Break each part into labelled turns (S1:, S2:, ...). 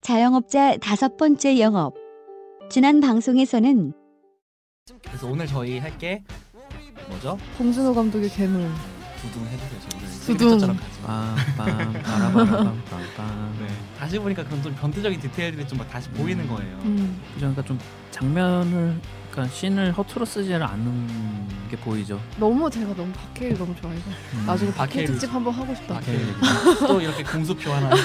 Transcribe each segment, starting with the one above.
S1: 자영업자 다섯 번째 영업. 지난 방송에서는
S2: 그래서 오늘 저희 할 게 뭐죠?
S3: 봉준호 감독의 괴물.
S2: 두둥 해주세요. 저는
S3: 두둥. 아,
S2: 시그니처처럼 가지.
S4: 빰빰빰빰빰빰.
S2: 네. 다시 보니까 그런 좀 변태적인 디테일들이 좀 막 다시 보이는 거예요.
S3: 음.
S4: 그러니까 좀 장면을 그러니까 씬을 허투루 쓰지를 않는 게 보이죠.
S3: 너무 제가 너무 박해일 너무 좋아해서
S4: 음.
S3: 나중에
S2: 박해일
S3: 박해일 특집 한번 하고 싶다.
S2: 아, 네. 또 이렇게 공수표 하나. 또,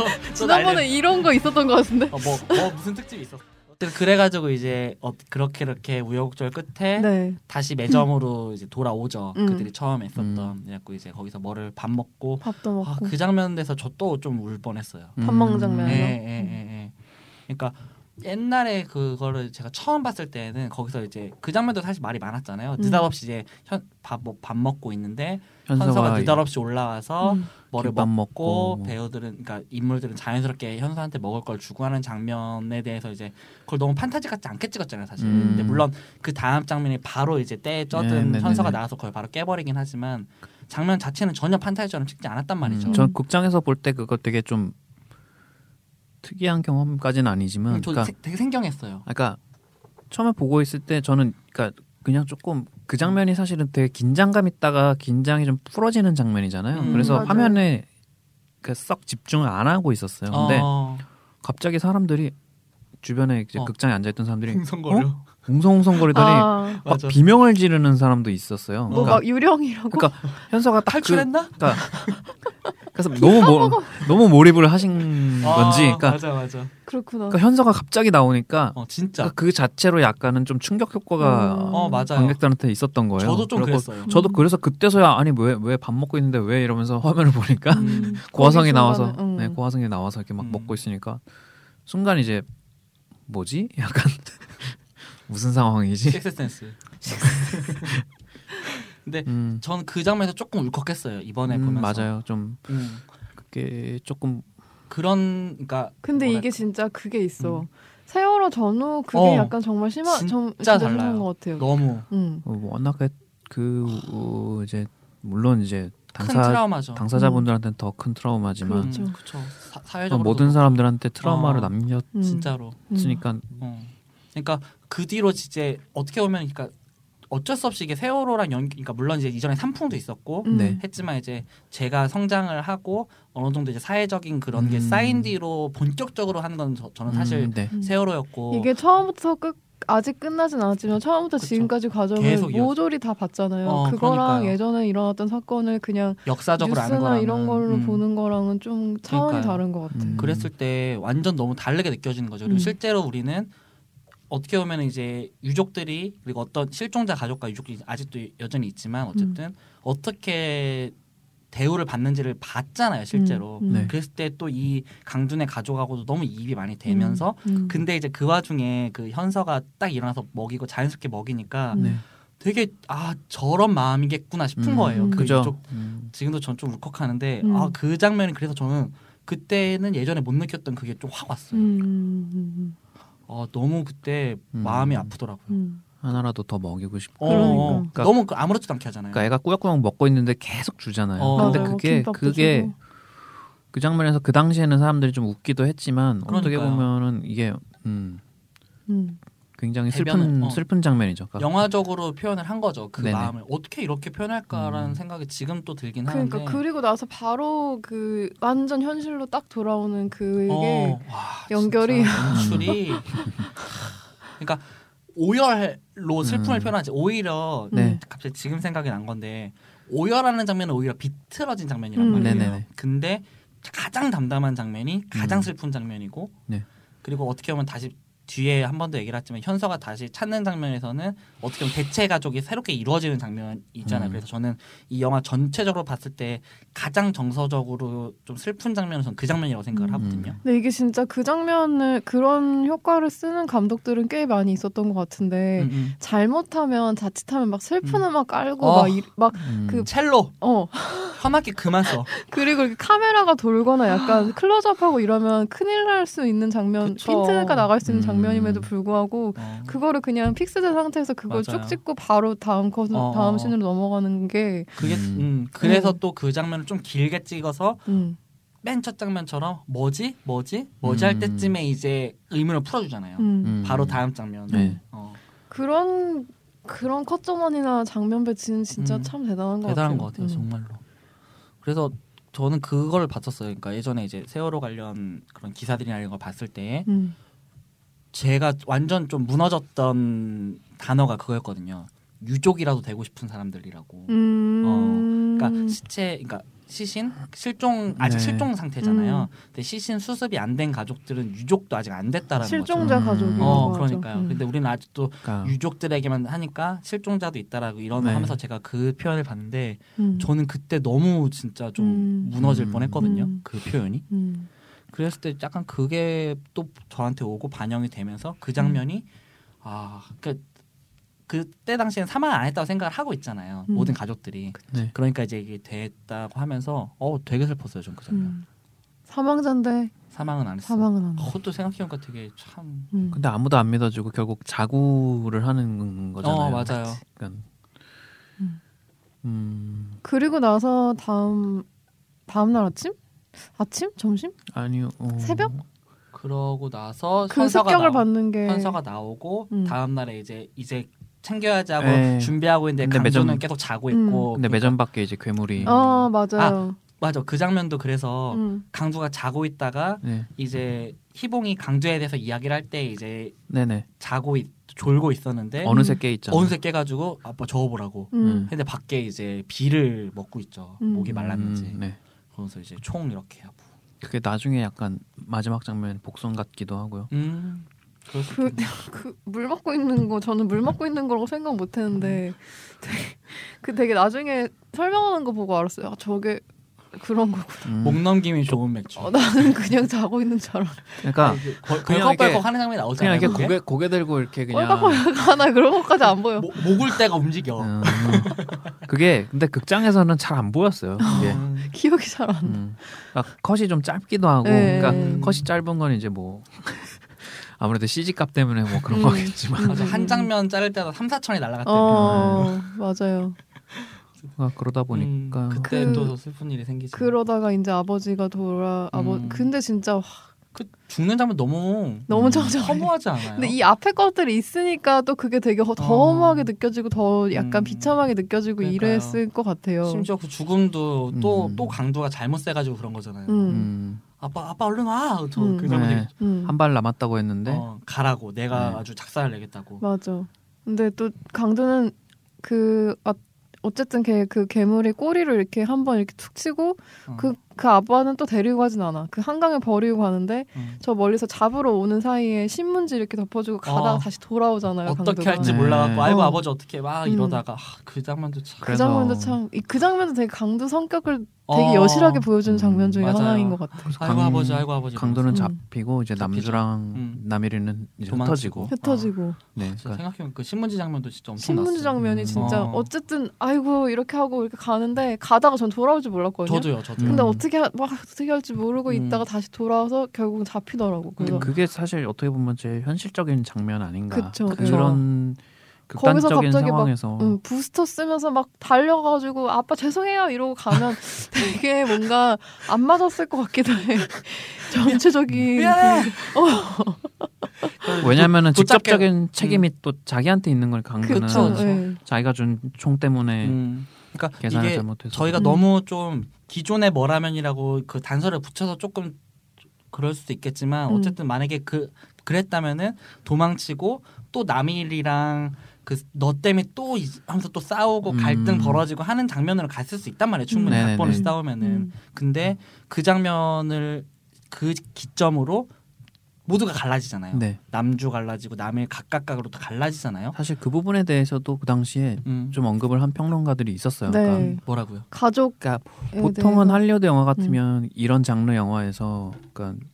S2: 또
S3: 지난번에
S2: 날려-
S3: 이런 거 있었던 것 같은데.
S2: 어, 뭐, 뭐 무슨 특집이 있었어. 어쨌든 그래가지고 이제 어, 그렇게 이렇게 우여곡절 끝에
S3: 네.
S2: 다시 매점으로 이제 돌아오죠.
S3: 음.
S2: 그들이 처음 했었던.
S4: 음.
S2: 그래갖고 이제 거기서 뭐를 밥 먹고.
S3: 밥도
S2: 아,
S3: 먹고.
S2: 그 장면에서 저 또 좀 울 뻔했어요.
S3: 밥 먹는 장면.
S2: 예,
S3: 네.
S2: 예, 예, 예. 그러니까 옛날에 그거를 제가 처음 봤을 때는 거기서 이제 그 장면도 사실 말이 많았잖아요.
S3: 음.
S2: 느닷없이 이제 현, 밥, 먹- 밥 먹고 있는데 현서가
S4: 현서가
S2: 느닷없이 올라와서
S3: 음.
S2: 뭐를
S4: 김밥
S2: 먹고,
S4: 먹고 뭐.
S2: 배우들은 그러니까 인물들은 자연스럽게 현서한테 먹을 걸 주고 하는 장면에 대해서 이제 그걸 너무 판타지 같지 않게 찍었잖아요, 사실.
S4: 음.
S2: 근데 물론 그 다음 장면이 바로 이제 때에
S4: 네,
S2: 쪄든
S4: 네,
S2: 현서가
S4: 네, 네.
S2: 나와서 그걸 바로 깨버리긴 하지만 장면 자체는 전혀 판타지처럼 찍지 않았단 말이죠.
S3: 음,
S4: 전 극장에서 볼 때 그거 되게 좀 특이한 경험까지는 아니지만
S2: 음, 저
S4: 그러니까
S2: 세- 되게 생경했어요.
S4: 그러니까 처음에 보고 있을 때 저는 그러니까 그냥 조금 그 장면이 사실은 되게 긴장감 있다가 긴장이 좀 풀어지는 장면이잖아요.
S2: 음.
S4: 그래서
S3: 맞아요.
S4: 화면에 그썩 집중을 안 하고 있었어요. 근데
S2: 어,
S4: 갑자기 사람들이 주변에 이제
S2: 어.
S4: 극장에 앉아 있던 사람들이
S2: 흥성거려.
S4: 웅성웅성거리더니
S3: 아,
S4: 예. 어? 막 비명을 지르는 사람도 있었어요.
S3: 뭐
S4: 그러니까,
S3: 막 유령이라고.
S4: 그러니까 현서가 딱 그,
S2: 탈출했나?
S4: 그러니까 그래서 너무 뭐, 너무 몰입을 하신 건지 그러니까,
S2: 맞아 맞아.
S3: 그렇구나
S4: 그러니까 현서가 갑자기 나오니까
S2: 어 진짜.
S4: 그러니까 그 자체로 약간은 좀 충격 효과가
S3: 음.
S2: 어 맞아요.
S4: 관객들한테 있었던 거예요.
S2: 저도 좀
S4: 그래갖고
S2: 그랬어요.
S4: 저도 그래서 그때서야 아니 왜 왜 밥 먹고 있는데 왜 이러면서 화면을 보니까
S3: 음.
S4: 고화성이
S3: 거기
S4: 나와서
S2: 어.
S3: 중간에, 음.
S4: 네, 고화성이 나와서 이렇게 막
S2: 음.
S4: 먹고 있으니까 순간 이제 뭐지? 약간 무슨 상황이지?
S2: 식스센스. 근데
S4: 음,
S2: 전 그 장면에서 조금 울컥했어요 이번에
S4: 음,
S2: 보면서.
S4: 맞아요. 좀
S2: 음,
S4: 그게 조금
S2: 그런 그러니까
S3: 근데
S2: 뭐랄까.
S3: 이게 진짜 그게 있어.
S2: 음.
S3: 세월호 전후 그게
S2: 어.
S3: 약간 정말 심한 정,
S2: 진짜
S3: 진짜 심한
S2: 달라요.
S3: 것 같아요.
S2: 너무
S3: 음.
S4: 어, 워낙에 그 어, 이제 물론 이제
S2: 큰
S4: 당사
S2: 트라우마죠.
S4: 당사자분들한테는 더 큰 트라우마지만
S3: 그렇죠.
S2: 음, 그쵸. 사,
S4: 어,
S2: 사회적으로
S4: 모든 사람들한테 트라우마를
S2: 아.
S4: 남겼으니까
S3: 음.
S2: 진짜로.
S3: 음.
S2: 어. 그러니까 그 뒤로 이제 어떻게 보면 그러니까 어쩔 수 없이 이게 세월호랑 연 그러니까 물론 이제 이전에 삼풍도 있었고
S3: 음.
S4: 네.
S2: 했지만 이제 제가 성장을 하고 어느 정도 이제 사회적인 그런 게
S4: 음.
S2: 쌓인 뒤로 본격적으로 한 건 저는 사실
S4: 음, 네.
S3: 음.
S2: 세월호였고
S3: 이게 처음부터 끝 아직 끝나진 않았지만 처음부터
S2: 그쵸.
S3: 지금까지 과정을
S2: 계속 이어져.
S3: 모조리 다 봤잖아요.
S2: 어,
S3: 그거랑
S2: 그러니까요.
S3: 예전에 일어났던 사건을 그냥
S2: 역사적으로 아는
S3: 뉴스나
S2: 거랑
S3: 이런 걸로
S2: 음.
S3: 보는 거랑은 좀 차원이
S2: 그러니까요.
S3: 다른 것 같아요.
S4: 음.
S2: 그랬을 때 완전 너무 다르게 느껴지는 거죠. 그리고
S3: 음.
S2: 실제로 우리는 어떻게 보면 이제 유족들이 그리고 어떤 실종자 가족과 유족들이 아직도 여전히 있지만
S3: 음.
S2: 어쨌든 어떻게 대우를 받는지를 봤잖아요 실제로.
S3: 음, 음.
S4: 네.
S2: 그랬을 때 또 이 강준의 가족하고도 너무 이입이 많이 되면서
S3: 음.
S2: 근데 이제 그 와중에 그 현서가 딱 일어나서 먹이고 자연스럽게 먹이니까
S3: 음.
S4: 네.
S2: 되게 아 저런 마음이겠구나 싶은
S4: 음.
S2: 거예요. 그
S4: 그죠.
S2: 유족
S4: 음.
S2: 지금도 전 좀 울컥하는데
S3: 음.
S2: 아 그 장면이 그래서 저는 그때는 예전에 못 느꼈던 그게 좀 확 왔어요.
S3: 음, 음,
S2: 아 너무 그때
S4: 음.
S2: 마음이 아프더라고요.
S3: 음.
S4: 하나라도 더 먹이고 싶고
S2: 어,
S3: 그러니까.
S2: 어.
S4: 그러니까-
S2: 너무 그 아무렇지도 않게 하잖아요.
S4: 그러니까 애가 꾸역꾸역 먹고 있는데 계속 주잖아요.
S2: 어.
S4: 근데
S3: 맞아요.
S4: 그게
S3: 김밥도
S4: 그게
S3: 주고.
S4: 그 장면에서 그 당시에는 사람들이 좀 웃기도 했지만 어떻게
S2: 그러니까요.
S4: 보면은 이게 음,
S3: 음.
S4: 굉장히 슬픈
S2: 대변은, 어.
S4: 슬픈 장면이죠. 그러니까
S2: 영화적으로 표현을 한 거죠. 그
S4: 네네.
S2: 마음을 어떻게 이렇게 표현할까라는
S4: 음.
S2: 생각이 지금 또 들긴
S3: 그러니까
S2: 하는데.
S3: 그리고 나서 바로 그 완전 현실로 딱 돌아오는 그게
S2: 어, 와,
S3: 연결이-
S2: 진짜 음. 연출이 그러니까 오열로 슬픔을
S4: 음.
S2: 표현하지 오히려
S3: 음.
S4: 네.
S2: 갑자기 지금 생각이 난 건데 오열하는 장면은 오히려 비틀어진 장면이란
S3: 음.
S2: 말이에요.
S4: 네네네.
S2: 근데 가장 담담한 장면이 가장
S4: 음.
S2: 슬픈 장면이고
S4: 네.
S2: 그리고 어떻게 보면 다시 뒤에 한 번 더 얘기를 했지만 현서가 다시 찾는 장면에서는 어떻게 보면 대체 가족이 새롭게 이루어지는 장면이잖아요.
S4: 음.
S2: 그래서 저는 이 영화 전체적으로 봤을 때 가장 정서적으로 좀 슬픈 장면은 저는 그 장면이라고 생각을
S3: 음.
S2: 하거든요.
S3: 근데 이게 진짜 그 장면을 그런 효과를 쓰는 감독들은 꽤 많이 있었던 것 같은데
S2: 음, 음.
S3: 잘못하면 자칫하면 막 슬픈
S2: 음.
S3: 음. 악 깔고
S2: 어.
S3: 막막어
S4: 음,
S3: 그-
S2: 첼로 험악기 그만 써.
S3: 그리고 이렇게 카메라가 돌거나 약간 클로즈업하고 이러면 큰일 날 수 있는 장면
S2: 아. 그쵸.
S3: 핀트가 나갈 수 있는
S4: 음.
S3: 장면임에도 불구하고
S2: 어.
S3: 그거를 그냥 픽스된 상태에서 그걸
S2: 맞아요.
S3: 쭉 찍고 바로 다음 컷
S2: 어, 어.
S3: 다음 씬으로 넘어가는 게
S2: 그게
S4: 음.
S2: 음, 그래서
S3: 음.
S2: 또 그 장면을 좀 길게 찍어서
S3: 음.
S2: 맨 첫 장면처럼 뭐지 뭐지 뭐지 할
S4: 음.
S2: 때쯤에 이제 의문을 풀어주잖아요.
S3: 음.
S4: 음.
S2: 바로 다음 장면.
S4: 네.
S2: 어,
S3: 그런 그런 컷점원이나 장면 배치는 진짜
S2: 음.
S3: 참 대단한 것
S2: 대단한 것
S3: 같아요. 음.
S2: 같아요, 정말로. 그래서 저는 그걸 봤었어요. 그러니까 예전에 이제 세월호 관련 그런 기사들이나 이런 걸 봤을 때
S3: 음.
S2: 제가 완전 좀 무너졌던 단어가 그거였거든요. 유족이라도 되고 싶은 사람들이라고.
S3: 음.
S2: 그러니까 시체, 그러니까 시신 실종 아직
S4: 네.
S2: 실종 상태잖아요.
S3: 음.
S2: 근데 시신 수습이 안 된 가족들은 유족도 아직 안 됐다라는 거죠.
S3: 실종자
S4: 음.
S3: 가족이
S2: 어,
S3: 거
S2: 그러니까요.
S3: 음.
S2: 근데 우리는 아직도
S4: 그러니까
S2: 유족들에게만 하니까 실종자도 있다라고 이런
S4: 네.
S2: 하면서 제가 그 표현을 봤는데
S3: 음.
S2: 저는 그때 너무 진짜 좀
S3: 음.
S2: 무너질
S4: 음.
S2: 뻔했거든요.
S3: 음.
S2: 그 표현이.
S3: 음.
S2: 그랬을 때 약간 그게 또 저한테 오고 반영이 되면서
S3: 음.
S2: 그 장면이 아, 그 그때 당시엔 사망 안 했다고 생각을 하고 있잖아요.
S3: 음.
S2: 모든 가족들이.
S4: 네.
S2: 그러니까 이제 이게 됐다고 하면서 어 되게 슬펐어요. 전 그 장면.
S3: 음. 사망자인데
S2: 사망은 안 했어.
S3: 사망은 안 돼.
S2: 그것도 생각해보니까 되게 참
S3: 음.
S4: 근데 아무도 안 믿어주고 결국 자구를 하는 거잖아요.
S2: 어, 맞아요.
S4: 그러니까
S3: 음.
S4: 음
S3: 그리고 나서 다음 다음 날 아침? 아침? 점심?
S4: 아니요 어.
S3: 새벽?
S2: 그러고 나서
S3: 그
S2: 선서가
S3: 습격을
S2: 나오-
S3: 받는 게
S2: 선서가 나오고
S3: 음.
S2: 다음 날에 이제 이제 챙겨야지 하고
S4: 네.
S2: 준비하고 있는데
S4: 근데
S2: 강조는
S4: 매점-
S2: 계속 자고
S3: 음.
S2: 있고
S4: 근데 네, 매점 밖에 이제 괴물이
S3: 어 맞아요.
S2: 맞아 그 장면도 그래서
S3: 음.
S2: 강조가 자고 있다가
S4: 네
S2: 이제 희봉이 강조에 대해서 이야기를 할 때 이제
S4: 네네
S2: 자고 있, 졸고 있었는데 어,
S4: 어느새 깨 있잖아.
S2: 어느새 깨가지고 아빠 저어보라고
S3: 음.
S2: 근데 밖에 이제 비를 먹고 있죠
S3: 음.
S2: 목이 말랐는지
S4: 음, 네.
S2: 그러면서 이제 총 이렇게 하고
S4: 그게 나중에 약간 마지막 장면 복선 같기도 하고요.
S2: 음 그래서
S3: 그- 그 물 먹고 있는 거 저는 물 먹고 있는 거라고 생각 못
S2: 음.
S3: 했는데 되게- 그 되게 나중에 설명하는 거 보고 알았어요. 아, 저게 그런 거고
S4: 음.
S2: 목 넘김이 좋은 아, 맥주
S3: 어, 나는 그냥 자고 있는 줄 알았는데
S4: 그러니까
S2: 걸-
S4: 그냥
S2: 걸컥걸컥
S4: 이렇게-
S2: 하는 장면이
S4: 그냥
S2: 나오잖아요
S4: 이렇게
S2: 그게?
S4: 고개 고개 들고 이렇게 그냥
S3: 꼴깍꼴깍하나 그런 것까지 안 보여.
S2: 모- 목을 때가 움직여
S4: 음. 그게 근데 극장에서는 잘 안 보였어요. 그게.
S2: 음.
S3: 기억이 잘 안 나.
S4: 음. 그러니까 컷이 좀 짧기도 하고,
S3: 네.
S4: 그러니까 컷이 짧은 건 이제 뭐 아무래도 CG 값 때문에 뭐 그런
S3: 음.
S4: 거겠지만
S2: 맞아, 한 장면 자를 때마다 3, 4천이 날라갔대요.
S3: 어 맞아요.
S4: 아, 그러다 보니까
S2: 음, 그때
S3: 그-
S2: 또 더 슬픈 일이 생기죠. 그
S3: 그러다가 이제 아버지가 돌아 아버
S2: 음.
S3: 근데 진짜 와,
S2: 그 죽는 장면 너무
S3: 너무
S4: 음.
S3: 정정.
S2: 허무하지 않아요?
S3: 네.
S2: 어.
S3: 근데 이 앞에 것들이 있으니까 또 그게 되게 허- 더 허무하게 느껴지고 더 약간
S2: 음.
S3: 비참하게 느껴지고
S2: 그러니까요.
S3: 이랬을 것 같아요.
S2: 심지어 그 죽음도 또 또
S4: 음.
S2: 강도가 잘못 세가지고 그런 거잖아요.
S3: 음.
S2: 아빠 아빠 얼른 와. 저
S3: 음.
S2: 그 사람 되게
S3: 음.
S4: 네. 한 발 남았다고 했는데
S2: 어, 가라고 내가
S4: 네.
S2: 아주 작사를 내겠다고.
S3: 맞아. 근데 또 강도는 그 아, 어쨌든 걔 그 괴물이 꼬리를 이렇게 한번 이렇게 툭 치고
S2: 어,
S3: 그 그 아빠는 또 데리고 가진 않아. 그 한강에 버리고 가는데
S2: 음.
S3: 저 멀리서 잡으러 오는 사이에 신문지 이렇게 덮어주고 가다가
S2: 어.
S3: 다시 돌아오잖아요.
S2: 어떻게
S3: 강도가.
S2: 할지
S4: 네.
S2: 몰라갖고 아이고
S3: 어.
S2: 아버지 어떻게 막
S3: 음.
S2: 이러다가 아, 그 장면도 참
S3: 그
S4: 그래서-
S3: 장면도 참그 장면도 되게 강도 성격을
S2: 어.
S3: 되게 여실하게 보여주는
S4: 음,
S3: 장면 중에
S2: 맞아요.
S3: 하나인 것 같아.
S2: 아이고
S4: 강-
S2: 아버지 아이고 아버지.
S4: 강도는
S3: 음.
S4: 잡히고 이제 남주랑
S2: 음.
S4: 남일이는 이제
S2: 도망치고.
S4: 흩어지고
S3: 흩어지고
S4: 네, 그러니까
S2: 생각해보면 그 신문지 장면도 진짜 엄청 났어요.
S3: 신문지 장면이
S4: 음.
S3: 진짜
S2: 어.
S3: 어. 쨌든 아이고 이렇게 하고 이렇게 가는데 가다가 전 돌아올 줄 몰랐거든요.
S2: 저도요 저도요.
S3: 근데
S4: 음.
S3: 어떻게 하- 막 어떻게 할지 모르고
S2: 음.
S3: 있다가 다시 돌아와서 결국은 잡히더라고.
S4: 근데
S3: 뭐 그래서
S4: 그게 사실 어떻게 보면 제일 현실적인 장면 아닌가
S3: 그쵸,
S4: 그런
S3: 거기서
S4: 극단적인
S3: 갑자기 막,
S4: 상황에서
S3: 음, 부스터 쓰면서 막 달려가지고 아빠 죄송해요 이러고 가면 되게 뭔가 안 맞았을 것 같기도 해.
S4: 음.
S3: 전체적인 그
S2: 미안해. 그러니까
S4: 왜냐면은
S2: 도- 도착해-
S4: 직접적인 책임이 또 자기한테 있는 걸
S3: 음. 그,
S4: 강도는
S2: 그쵸, 그렇죠.
S3: 예.
S4: 자기가 준 총 때문에
S2: 음. 그러니까
S4: 계산을
S2: 이게
S4: 잘못해서
S2: 저희가
S3: 음.
S2: 너무 좀 기존의 뭐라면이라고 그 단서를 붙여서 조금 그럴 수도 있겠지만
S3: 음.
S2: 어쨌든 만약에 그 그랬다면은 도망치고 또 남일이랑 그 너 때문에 또 이- 하면서 또 싸우고
S4: 음.
S2: 갈등 벌어지고 하는 장면으로 갔을 수 있단 말이에요 충분히
S4: 음.
S2: 각
S4: 네네네.
S2: 본을 싸우면은
S3: 음.
S2: 근데 그 장면을 그 기점으로 모두가 갈라지잖아요
S4: 네.
S2: 남주 갈라지고 남일 각각각으로 또 갈라지잖아요
S4: 사실 그 부분에 대해서도 그 당시에
S2: 음.
S4: 좀 언급을 한 평론가들이 있었어요.
S3: 네.
S4: 그러니까,
S2: 뭐라고요
S3: 가족
S4: 그러니까 보통은
S3: 할
S4: 할리우드 영화
S3: 음.
S4: 같으면 이런 장르 영화에서 그러니까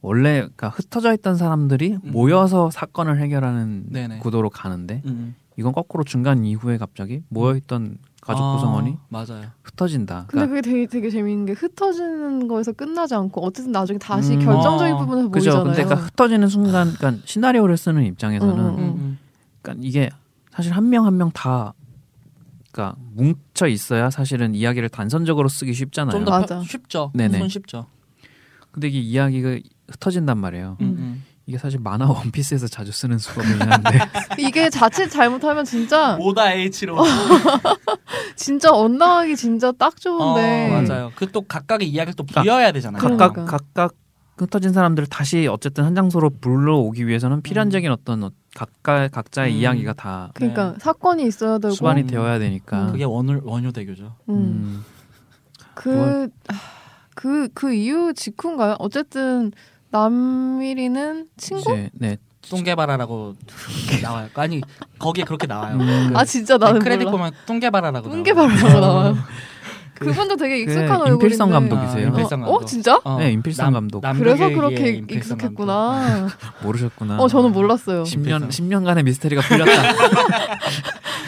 S4: 원래 그러니까 흩어져 있던 사람들이 모여서 사건을 해결하는
S2: 음. 네네.
S4: 구도로 가는데
S2: 음.
S4: 이건 거꾸로 중간 이후에 갑자기 모여있던 가족
S2: 아,
S4: 구성원이
S2: 맞아요
S4: 흩어진다.
S3: 근데
S4: 그러니까
S3: 그게 되게 되게 재밌는 게 흩어지는 거에서 끝나지 않고 어쨌든 나중에 다시
S4: 음.
S3: 결정적인
S2: 어.
S3: 부분에서
S4: 그죠.
S3: 모이잖아요.
S4: 근데 그러니까 흩어지는 순간, 그러니까 시나리오를 쓰는 입장에서는
S3: 음, 음.
S4: 그러니까 이게 사실 한 명 한 명 다 그러니까 뭉쳐 있어야 사실은 이야기를 단선적으로 쓰기 쉽잖아요.
S2: 좀 더
S3: 맞아.
S2: 쉽죠.
S4: 네네.
S2: 손 쉽죠.
S4: 근데 이게 이야기가 흩어진단 말이에요.
S2: 음, 음.
S4: 이게 사실 만화 원피스에서 자주 쓰는 수법이긴 한데
S3: 이게 자칫 잘못하면 진짜
S2: 오다 H로
S3: 아, 진짜 언나가기 진짜 딱
S2: 어,
S3: 좋은데
S2: 맞아요. 그 또 각각의 이야기를 또 부여야 되잖아요.
S4: 각각
S3: 네. 그러니까.
S4: 각각 흩어진 사람들을 다시 어쨌든 한 장소로 불러오기 위해서는
S3: 음.
S4: 필연적인 어떤 어- 각각 각자의
S2: 음.
S4: 이야기가 다
S3: 그러니까
S2: 네.
S3: 사건이 있어야 되고
S4: 수반이
S2: 음.
S4: 되어야 되니까.
S2: 그게 원을 원효 대교죠.
S3: 음.
S4: 음.
S3: 그,
S4: 그건-
S3: 그, 그 이후 직후인가요? 어쨌든 남일이는 친구?
S4: 이제 네.
S2: 뚱게바라라고 나와요. 아니 거기에 그렇게 나와요.
S4: 음.
S2: 그
S3: 아 진짜 나는
S2: 크레딧
S3: 몰라.
S2: 보면 뚱게바라라고.
S3: 뭉게바로 나와요. 그분도 되게
S4: 그
S3: 익숙한 얼굴인데.
S4: 임필성 감독이세요.
S2: 아, 임필성
S3: 어, 어,
S2: 감독.
S3: 진짜?
S4: 네, 임필성 감독.
S3: 그래서 그렇게 익숙했구나.
S4: 모르셨구나.
S3: 어, 저는 몰랐어요.
S4: 10년 10년간의 미스터리가 풀렸다.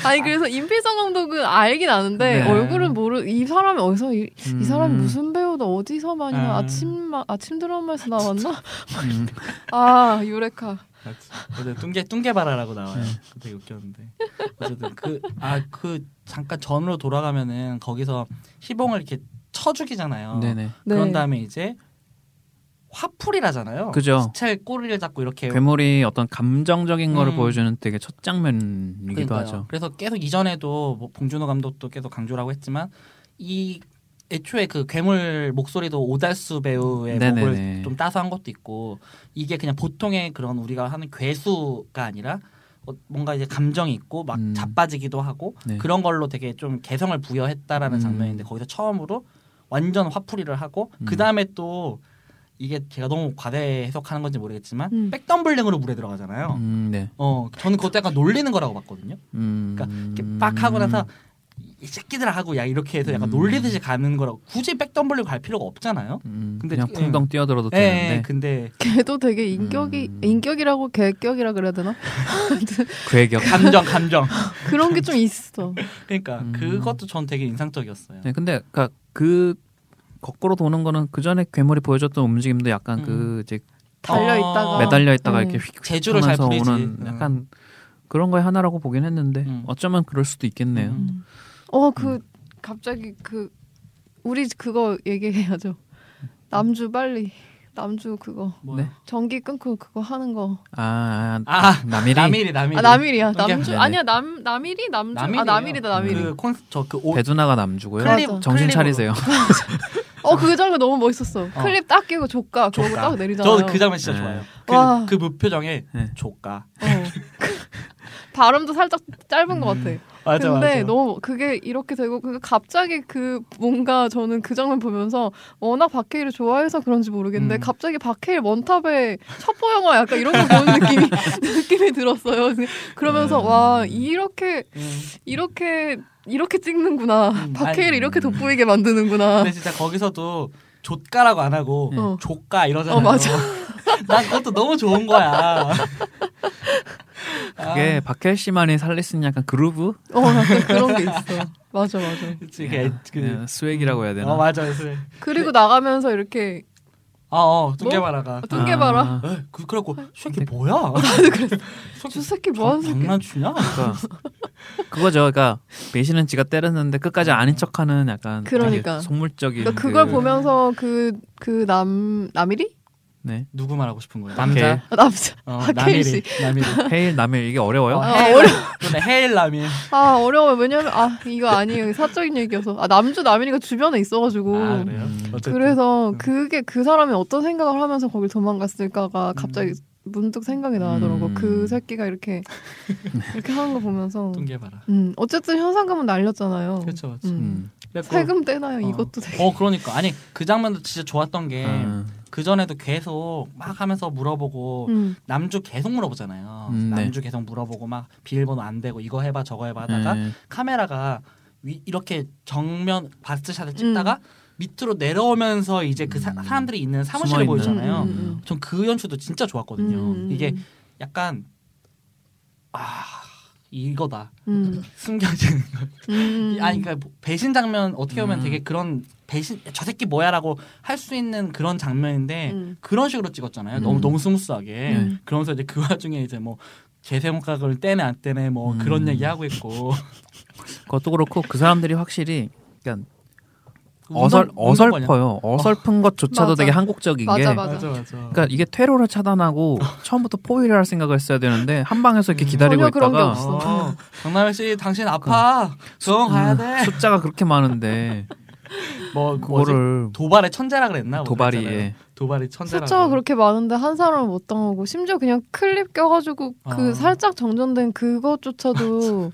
S3: 아니 그래서 임필성 감독은 알긴 아는데
S4: 네.
S3: 얼굴은 모르. 이 사람이 어디서 이, 이 사람이
S4: 음.
S3: 무슨 배우다 어디서 많이 나
S2: 음.
S3: 아침 마, 아침 드라마에서 나왔나?
S4: 음.
S3: 아 유레카.
S2: 어제 뚱게 뚱게바라라고 나와요.
S4: 네.
S2: 되게 웃겼는데. 어쨌든 그 아 그 잠깐 전으로 돌아가면은 거기서 희봉을 이렇게 쳐 죽이잖아요.
S4: 네네.
S3: 네.
S2: 그런 다음에 이제 화풀이라잖아요.
S4: 그죠.
S2: 체 꼬리를 잡고 이렇게
S4: 괴물이 어떤 감정적인 거를
S2: 음.
S4: 보여주는 되게 첫 장면이기도
S2: 그러니까요.
S4: 하죠.
S2: 그래서 계속 이전에도 뭐 봉준호 감독도 계속 강조라고 했지만 이 애초에 그 괴물 목소리도 오달수 배우의
S4: 음, 네네네.
S2: 목을 좀 따서 한 것도 있고 이게 그냥 보통의 그런 우리가 하는 괴수가 아니라 어, 뭔가 이제 감정이 있고 막
S4: 음.
S2: 자빠지기도 하고
S4: 네.
S2: 그런 걸로 되게 좀 개성을 부여했다라는
S4: 음.
S2: 장면인데 거기서 처음으로 완전 화풀이를 하고
S4: 음.
S2: 그 다음에 또 이게 제가 너무 과대 해석하는 건지 모르겠지만
S3: 음.
S2: 백덤블링으로 물에 들어가잖아요.
S4: 음, 네.
S2: 어, 저는 그것도 약간 놀리는 거라고 봤거든요.
S4: 음.
S2: 그러니까 이렇게 빡 하고 나서 이 새끼들아 하고 야 이렇게 해서 약간
S4: 음.
S2: 놀리듯이 가는 거라고 굳이 백덤블로 갈 필요가 없잖아요.
S4: 음,
S2: 근데
S4: 그냥
S2: 그-
S4: 풍덩 뛰어들어도 네,
S2: 예, 예,
S4: 되는데
S2: 근데
S3: 걔도 되게 인격이
S4: 음.
S3: 인격이라고 개격이라 그래야 되나?
S4: 괴격.
S2: 감정 감정.
S3: 그런 게 좀 있어.
S2: 그러니까
S4: 음.
S2: 그것도 전 되게 인상적이었어요.
S4: 네, 근데 그러니까 그 거꾸로 도는 거는 그 전에 괴물이 보여줬던 움직임도 약간
S2: 음.
S4: 그 이제
S3: 달려 있다가
S2: 어.
S4: 매달려 있다가
S3: 음.
S4: 이렇게 휙
S2: 재주를 잘
S4: 하면서
S2: 부리지.
S4: 오는 약간 그런 거의 하나라고 보긴 했는데
S2: 음.
S4: 어쩌면 그럴 수도 있겠네요.
S2: 음.
S3: 어 그 갑자기 그 우리 그거 얘기해야죠. 남주 빨리 남주 그거
S2: 뭐야?
S4: 네.
S3: 전기 끊고 그거 하는 거.
S4: 아, 아,
S2: 아
S4: 남일이
S2: 남일이 남일이.
S3: 아 남일이야.
S2: 그러니까-
S3: 남주
S4: 네네.
S3: 아니야 남 남일이 남주 아 남일이다 남일이.
S2: 그 콘, 저그옷
S4: 배두나가 남주고요.
S3: 클립-
S4: 정신 차리세요.
S3: 어 그 장면 너무 멋있었어.
S2: 어.
S3: 클립 딱 끼고 조가 그러고
S2: 조가.
S3: 딱 내리잖아요.
S2: 저는 그 장면 진짜
S4: 네.
S2: 좋아요.
S3: 와.
S2: 그, 그 무표정에
S4: 네.
S2: 조까.
S3: 어. 발음도 살짝 짧은 것 같아.
S2: 음. 맞아
S3: 근데
S2: 맞아.
S3: 너무 그게 이렇게 되고 그 갑자기 그 뭔가 저는 그 장면 보면서 워낙 박해일을 좋아해서 그런지 모르겠는데
S2: 음.
S3: 갑자기 박해일 원탑의 첩보 영화 약간 이런 거 보는 느낌이 느낌이 들었어요. 그러면서
S4: 음.
S3: 와 이렇게
S2: 음.
S3: 이렇게 이렇게 찍는구나.
S2: 음,
S3: 박해일
S2: 아니. 네.
S3: 이렇게 돋보이게 만드는구나.
S2: 근데 진짜 거기서도 조까라고 안 하고
S3: 어.
S2: 조까 이러잖아요.
S3: 어, 맞아.
S2: 난 그것도 너무 좋은 거야. 아,
S4: 그게 박해 씨만이 살릴 수 있는 약간 그루브
S3: 어 약간 그런 게 있어. 맞아 맞아.
S2: 그치, 이게 그,
S4: 그냥 네, 스웩이라고 해야 되나?
S2: 어 맞아 그래.
S3: 그리고 나가면서 이렇게
S2: 어어
S3: 뭐?
S2: 뚱개바라가.
S3: 뚱게 봐라.
S4: 아,
S2: 에, 그 그래갖고 새끼
S4: 근데-
S2: 뭐야?
S3: 저 새끼 뭐하는 새끼.
S2: 장난치냐?
S4: 그러니까 그거죠. 그러니까 배신은 지가 때렸는데 끝까지 아닌 척하는 약간 되게
S3: 그러니까.
S4: 속물적인
S2: 음,
S3: 그러니까 그걸
S4: 그-
S3: 보면서 그 그 남 남일이
S4: 네.
S2: 누구 말하고 싶은 거야?
S4: 박해일.
S2: 남자.
S3: 아, 남자
S2: 어,
S3: 박해일
S2: 남일이.
S3: 씨.
S2: 남일이.
S4: 헤일 남일 이게 어려워요?
S2: 어,
S3: 아,
S2: 헤일,
S3: 어려-
S2: 근데 헤일 남일.
S3: 아 어려워 요 왜냐면 아 이거 아니에요 사적인 얘기여서 아 남주 남일이가 주변에 있어가지고
S2: 아 그래요?
S4: 음.
S2: 어쨌든.
S3: 그래서
S2: 음.
S3: 그게 그 사람이 어떤 생각을 하면서 거길
S2: 음.
S3: 도망갔을까가 갑자기 문득 생각이 나더라고
S4: 음.
S3: 그 새끼가 이렇게 이렇게 하는 거 보면서
S2: 뚱개바라.
S3: 음 어쨌든 현상금은 날렸잖아요
S2: 그렇죠 그렇죠.
S3: 음.
S4: 음.
S2: 그래갖고-
S3: 세금 떼나요
S2: 어.
S3: 이것도 되게
S2: 어 그러니까 아니 그 장면도 진짜 좋았던 게 그
S4: 아,
S2: 전에도 계속 막 하면서 물어보고
S3: 음.
S2: 남주 계속 물어보잖아요.
S4: 음, 네.
S2: 남주 계속 물어보고 막 비밀번호 안 되고 이거 해봐 저거 해봐 하다가
S4: 네.
S2: 카메라가 위, 이렇게 정면 바스샷을 찍다가 밑으로 내려오면서 이제 그 사,
S4: 음.
S2: 람들이 있는 사무실을
S4: 숨어있는.
S2: 보이잖아요.
S3: 음, 음,
S2: 전 그 연출도 진짜 좋았거든요.
S3: 음.
S2: 이게 약간 아 이거다
S3: 음.
S2: 숨겨지는
S3: 음.
S2: 아니 그러니까 배신 장면 어떻게 보면
S4: 음.
S2: 되게 그런 배신 저 새끼 뭐야라고 할 수 있는 그런 장면인데
S3: 음.
S2: 그런 식으로 찍었잖아요.
S4: 음.
S2: 너무 너무 스무스하게.
S4: 네.
S2: 그러면서 이제 그 와중에 이제 뭐 재생각을 떼네 안 떼네 뭐
S4: 음.
S2: 그런 얘기 하고 있고.
S4: 그것도 그렇고 그 사람들이 확실히 그러니까
S2: 운동-
S4: 어설
S2: 운동 관련-
S4: 어설퍼요. 어설픈 것조차도
S3: 맞아.
S4: 되게 한국적인
S3: 맞아,
S4: 게.
S3: 맞아.
S2: 맞아.
S4: 그러니까 이게 퇴로를 차단하고 처음부터 포위를 할 생각을 했어야 되는데 한 방에서 이렇게
S2: 음,
S4: 기다리고
S3: 전혀 그런 게
S4: 있다가
S3: 없어. 음.
S2: 어, 강남현 씨 당신
S4: 그러니까
S2: 아파. 병원 가야 돼.
S4: 숫자가 그렇게 많은데
S2: 뭐 뭐지?
S4: 음. 그거를
S2: 도발의 천재라 그랬나? 뭐
S4: 도발이
S2: 그랬잖아요.
S4: 예.
S2: 도발이 천재라고.
S3: 숫자가 그렇게 많은데 한 사람을 못 당하고 심지어 그냥 클립 껴가지고 그
S2: 아.
S3: 살짝 정전된 그것조차도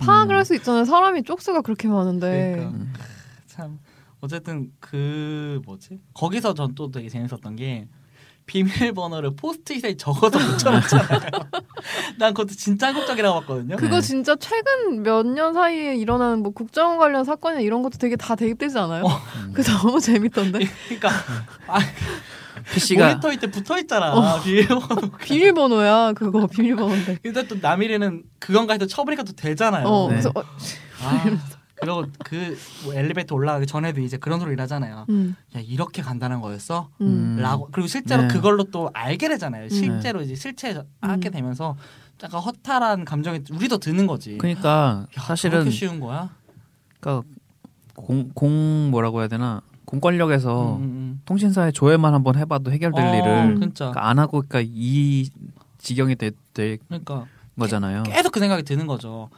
S3: 파악을
S4: 음.
S3: 할 수 있잖아요. 사람이 쪽수가 그렇게 많은데
S2: 그러니까. 참 어쨌든 그 뭐지? 거기서 전 또 되게 재밌었던 게 비밀번호를 포스트잇에 적어서 붙여놨잖아요. 난 그것도 진짜 한국적이라고 봤거든요.
S3: 그거
S4: 네.
S3: 진짜 최근 몇 년 사이에 일어나는 뭐 국정원 관련 사건이나 이런 것도 되게 다 대입되지
S2: 어.
S3: 않아요? 그 너무 재밌던데
S2: 그러니까 아,
S4: PC가
S2: 모니터 밑에 붙어 있잖아. 비밀번호.
S3: 비밀번호야 그거 비밀번호인데.
S2: 일단 또 남일이는 그건가 해서 쳐보니까 또 되잖아요.
S3: 어
S4: 네.
S3: 그래서 어,
S2: 아, 그리고 그뭐 엘리베이터 올라가기 전에도 이제 그런 소리를 하잖아요.
S3: 음,
S2: 야 이렇게 간단한 거였어?
S3: 음.
S4: 음.
S2: 라고 그리고 실제로
S4: 네.
S2: 그걸로 또 알게 되잖아요. 실제로 이제 실체하게
S3: 음.
S2: 되면서 약간 허탈한 감정이 우리도 드는 거지.
S4: 그러니까
S2: 야,
S4: 사실은
S2: 그렇게 쉬운 거야.
S4: 그러니까 공, 공 뭐라고 해야 되나 공권력에서
S2: 음, 음,
S4: 통신사의 조회만 한번
S2: 음.
S4: 해봐도 어. 해결될
S2: 어,
S4: 일을
S2: 진짜
S4: 그러니까 안 하고 그러니까 이 지경이 되, 될
S2: 그러니까
S4: 거잖아요.
S2: 계속 그 생각이 드는 거죠.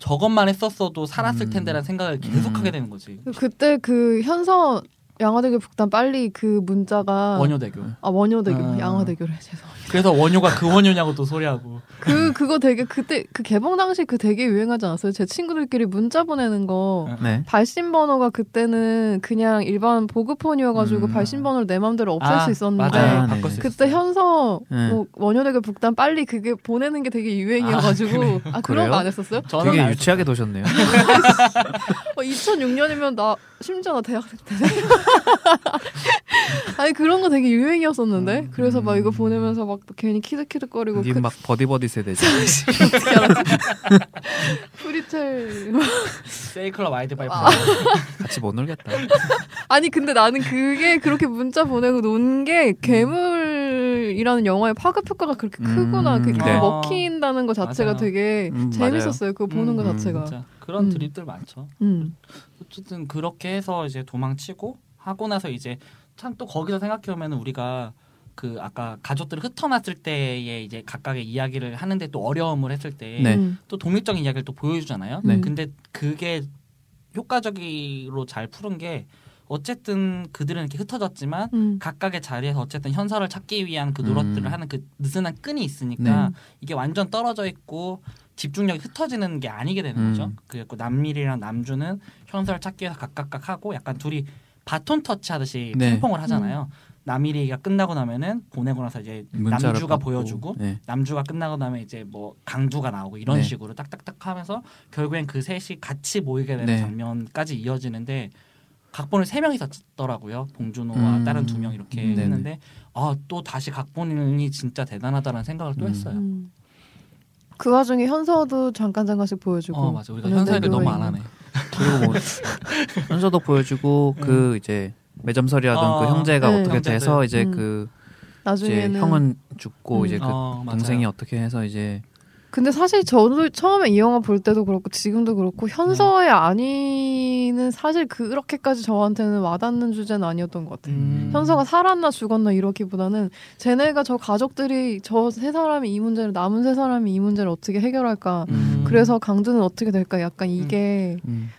S2: 저것만 했었어도 살았을
S4: 음.
S2: 텐데라는 생각을 계속
S4: 음.
S2: 하게 되는 거지.
S3: 그때 그 현서 양화대교 북단 빨리 그 문자가
S2: 원효대교.
S3: 아 원효대교
S2: 아.
S3: 양화대교래 죄송합니다.
S2: 그래서 원효가 그 원효냐고 또 소리하고.
S3: 그 그거 되게 그때 그 개봉 당시 그 되게 유행하지 않았어요? 제 친구들끼리 문자 보내는 거
S2: 응.
S4: 네.
S3: 발신 번호가 그때는 그냥 일반 보급폰이어가지고
S4: 음.
S3: 발신 번호를 내 마음대로 없앨
S2: 아,
S3: 수 있었는데
S2: 맞아요.
S4: 아,
S2: 바꿀
S4: 네.
S2: 수
S3: 그때
S2: 있었어요.
S3: 현서
S4: 네.
S3: 뭐 원효대교 북단 빨리 그게 보내는 게 되게 유행이어가지고 아, 그런
S4: 그래요?
S3: 거 안 했었어요?
S2: 저는
S4: 되게
S2: 안
S4: 유치하게 도셨네요.
S3: 어, 2006년이면 나 심지어 나 대학생 때 아니 그런 거 되게
S2: 음.
S3: 유행이었었는데 그래서 막 이거 보내면서 막 괜히 키득키득거리고 그,
S4: 님막 버디버디 세대죠.
S3: 어떻게 알았지? 프리첼
S2: 세이클럽 아이디 바이
S3: 아.
S4: 같이 못 놀겠다.
S3: 아니 근데 나는 그게 그렇게 문자 보내고 논
S2: 음.
S3: 게 괴물이라는 영화의 파급 효과가 그렇게
S4: 음,
S3: 크구나 그게
S4: 네.
S3: 먹힌다는 거 자체가
S2: 맞아요.
S3: 되게
S4: 음,
S3: 재밌었어요 그거 보는
S2: 음,
S3: 거
S4: 음,
S3: 자체가
S2: 진짜 그런
S3: 음.
S2: 드립들 많죠.
S3: 음.
S2: 어쨌든 그렇게 해서 이제 도망치고 하고 나서 이제 참 또 거기서 생각해 보면 우리가 그 아까 가족들을 흩어놨을 때에 이제 각각의 이야기를 하는데 또 어려움을 했을 때 또
S4: 네.
S3: 음.
S2: 독립적인 이야기를 또 보여주잖아요.
S3: 네.
S2: 근데 그게 효과적으로 잘 푸른 게 어쨌든 그들은 이렇게 흩어졌지만
S3: 음.
S2: 각각의 자리에서 어쨌든 현서를 찾기 위한 그 노력들을
S4: 음. 네.
S2: 하는 그 느슨한 끈이 있으니까 이게 완전 떨어져 있고 집중력이 흩어지는 게 아니게 되는
S4: 음.
S2: 거죠. 그래갖고 남일이랑 남주는 현서를 찾기 위해서 각각각 하고 약간 둘이 바톤 터치 하듯이
S4: 네.
S2: 핑퐁을 하잖아요. 남일이가 끝나고 나면은 보내고 나서 이제
S4: 문자를
S2: 남주가
S4: 받고.
S2: 보여주고
S4: 네.
S2: 남주가 끝나고 나면 이제 뭐 강주가 나오고 이런
S4: 네.
S2: 식으로 딱딱딱 하면서 결국엔 그 셋이 같이 모이게 되는
S4: 네.
S2: 장면까지 이어지는데 각본을 세 명이 썼더라고요. 봉준호와
S4: 음.
S2: 다른 두 명 이렇게
S4: 네네.
S2: 했는데 아 또 다시 각본이 진짜 대단하다는 생각을 또
S4: 음.
S2: 했어요.
S3: 음. 그 와중에 현서도 잠깐 잠깐씩 보여주고
S2: 어 맞아 우리가
S3: 원효대교
S2: 현사 얘기를 너무 안
S3: 이런
S2: 하네.
S4: 그리고 뭐 현서도 보여주고 그 이제 매점설이라던
S2: 어,
S4: 그 형제가
S3: 음. 네.
S4: 어떻게
S2: 형제들.
S4: 돼서 이제
S3: 음.
S4: 그 이제
S3: 나중에는
S4: 형은 죽고
S3: 음.
S4: 이제 그
S2: 어, 맞아요.
S4: 동생이 어떻게 해서 이제
S3: 근데 사실 저도 처음에 이 영화 볼 때도 그렇고 지금도 그렇고
S2: 네.
S3: 현서의 아니는 사실 그렇게까지 저한테는 와닿는 주제는 아니었던 것 같아요.
S2: 음.
S3: 현서가 살았나 죽었나 이러기보다는 쟤네가 저 가족들이 저 세 사람이 이 문제를 남은 세 사람이 이 문제를 어떻게 해결할까.
S2: 음.
S3: 그래서 강두는 어떻게 될까 약간 이게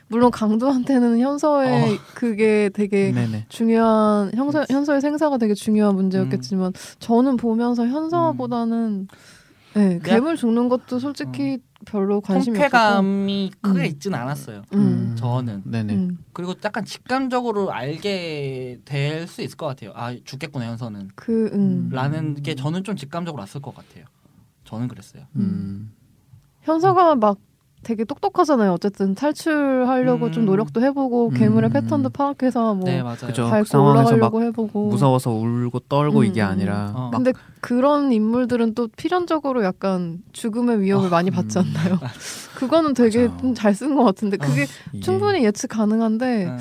S3: 물론 강두한테는 현서의
S2: 아.
S3: 그게 되게
S2: 음.
S4: 네네
S3: 중요한 현서, 현서의 생사가 되게
S2: 음.
S3: 중요한 문제였겠지만 저는 보면서 현서보다는 네, 괴물 죽는 것도 솔직히 별로 관심이 없었고
S2: 음. 통쾌감이 크게
S3: 음.
S2: 있진 않았어요.
S3: 음.
S2: 저는
S4: 네네
S3: 음.
S2: 그리고 약간 직감적으로 알게 될 수 있을 것 같아요. 아 죽겠구나 현서는
S3: 그 음.
S2: 라는 게 저는 좀 직감적으로 왔을 것 같아요. 저는 그랬어요.
S4: 음.
S3: 현서가 막 되게 똑똑하잖아요. 어쨌든 탈출하려고
S2: 음.
S3: 좀 노력도 해보고 괴물의
S4: 음.
S3: 패턴도 파악해서 뭐
S2: 네 맞아요.
S4: 그죠.
S3: 밟고
S4: 그 상황에서
S3: 올라가려고 해보고
S4: 무서워서 울고 떨고
S3: 음,
S4: 이게
S3: 음.
S4: 아니라
S2: 어.
S4: 막
S3: 근데 그런 인물들은 또 필연적으로 약간 죽음의 위협을 많이 받지
S4: 음.
S3: 않나요? 그거는 되게
S4: 맞아요. 어,
S3: 잘 쓴 것 같은데 그게
S4: 이게
S3: 충분히 예측
S4: 네.
S3: 가능한데
S2: 음.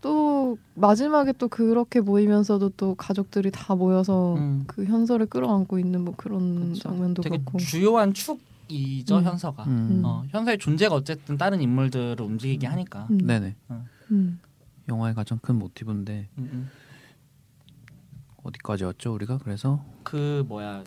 S3: 또 마지막에 또 그렇게 모이면서도 또 가족들이 다
S4: 어,
S3: 모여서
S2: 음.
S3: 그 현서를 끌어안고 있는 뭐 그런
S2: 그쵸.
S3: 장면도
S2: 되게
S3: 그렇고
S2: 주요한 축이죠
S3: 음.
S2: 현서가.
S4: 음.
S3: 음.
S4: 네.
S2: 어, 현서의 존재가 어쨌든 다른 인물들을 움직이게 하니까.
S3: 음.
S4: 네네
S3: 음.
S4: 영화의 가장 큰 모티브인데
S2: 음, 음.
S4: 어디까지 왔죠 우리가 그래서
S2: 그 뭐야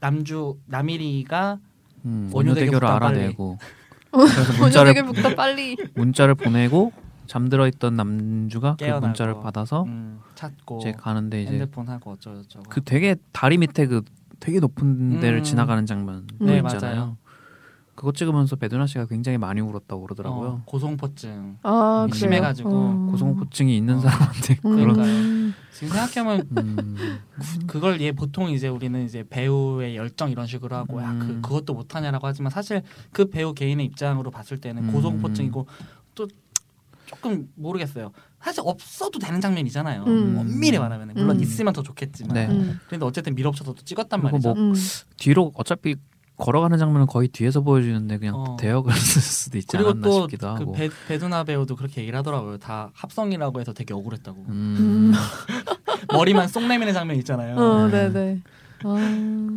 S2: 남주 남일이가
S4: 음,
S2: 원효
S4: 원효
S2: 대결부터
S4: 대결을 알아내고 그래서 문자를
S3: 문자를부터 빨리
S4: 문자를 보내고 잠들어 있던 남주가 그
S2: 깨어나고.
S4: 문자를 받아서
S2: 음, 찾고
S4: 이제 가는데 이제
S2: 핸드폰 하고 어쩌고 저쩌고
S4: 그 되게 다리 밑에 그 되게 높은 데를
S2: 음.
S4: 지나가는 장면
S3: 네,
S4: 있잖아요.
S2: 맞아요.
S4: 그거 찍으면서 배두나 씨가 굉장히 많이 울었다고
S2: 어,
S4: 그러더라고요.
S2: 고소공포증
S3: 아 그래요?
S4: 음.
S3: 어.
S2: 심해가지고
S4: 고소공포증이 있는
S2: 어.
S4: 사람한테
S3: 음.
S4: 그런
S2: 그러니까요. 지금 생각해보면
S4: 음,
S2: 그걸 얘 보통 이제 우리는 이제 배우의 열정 이런 식으로 하고 야, 그
S4: 음.
S2: 그것도 못하냐라고 하지만 사실 그 배우 개인의 입장으로 봤을 때는
S4: 음.
S2: 고소공포증이고 또 조금 모르겠어요. 사실 없어도 되는 장면이잖아요.
S3: 음.
S2: 엄밀히 말하면 물론
S3: 음.
S2: 있으면 더 좋겠지만
S4: 네.
S3: 음.
S2: 근데 어쨌든 밀어붙여서 또 찍었단
S4: 그리고
S2: 말이죠.
S4: 뭐
S3: 음.
S4: 뒤로 어차피 걸어가는 장면은 거의 뒤에서 보여주는데 그냥
S2: 어.
S4: 대역을 쓸 수도 있지
S2: 그리고
S4: 않았나
S2: 또
S4: 싶기도
S2: 그
S4: 하고.
S2: 배, 배두나 배우도 그렇게 얘기를 하더라고요. 다 합성이라고 해서 되게 억울했다고.
S4: 음,
S2: 머리만 쏙 내미는 장면 있잖아요.
S3: 어, 네네. 아,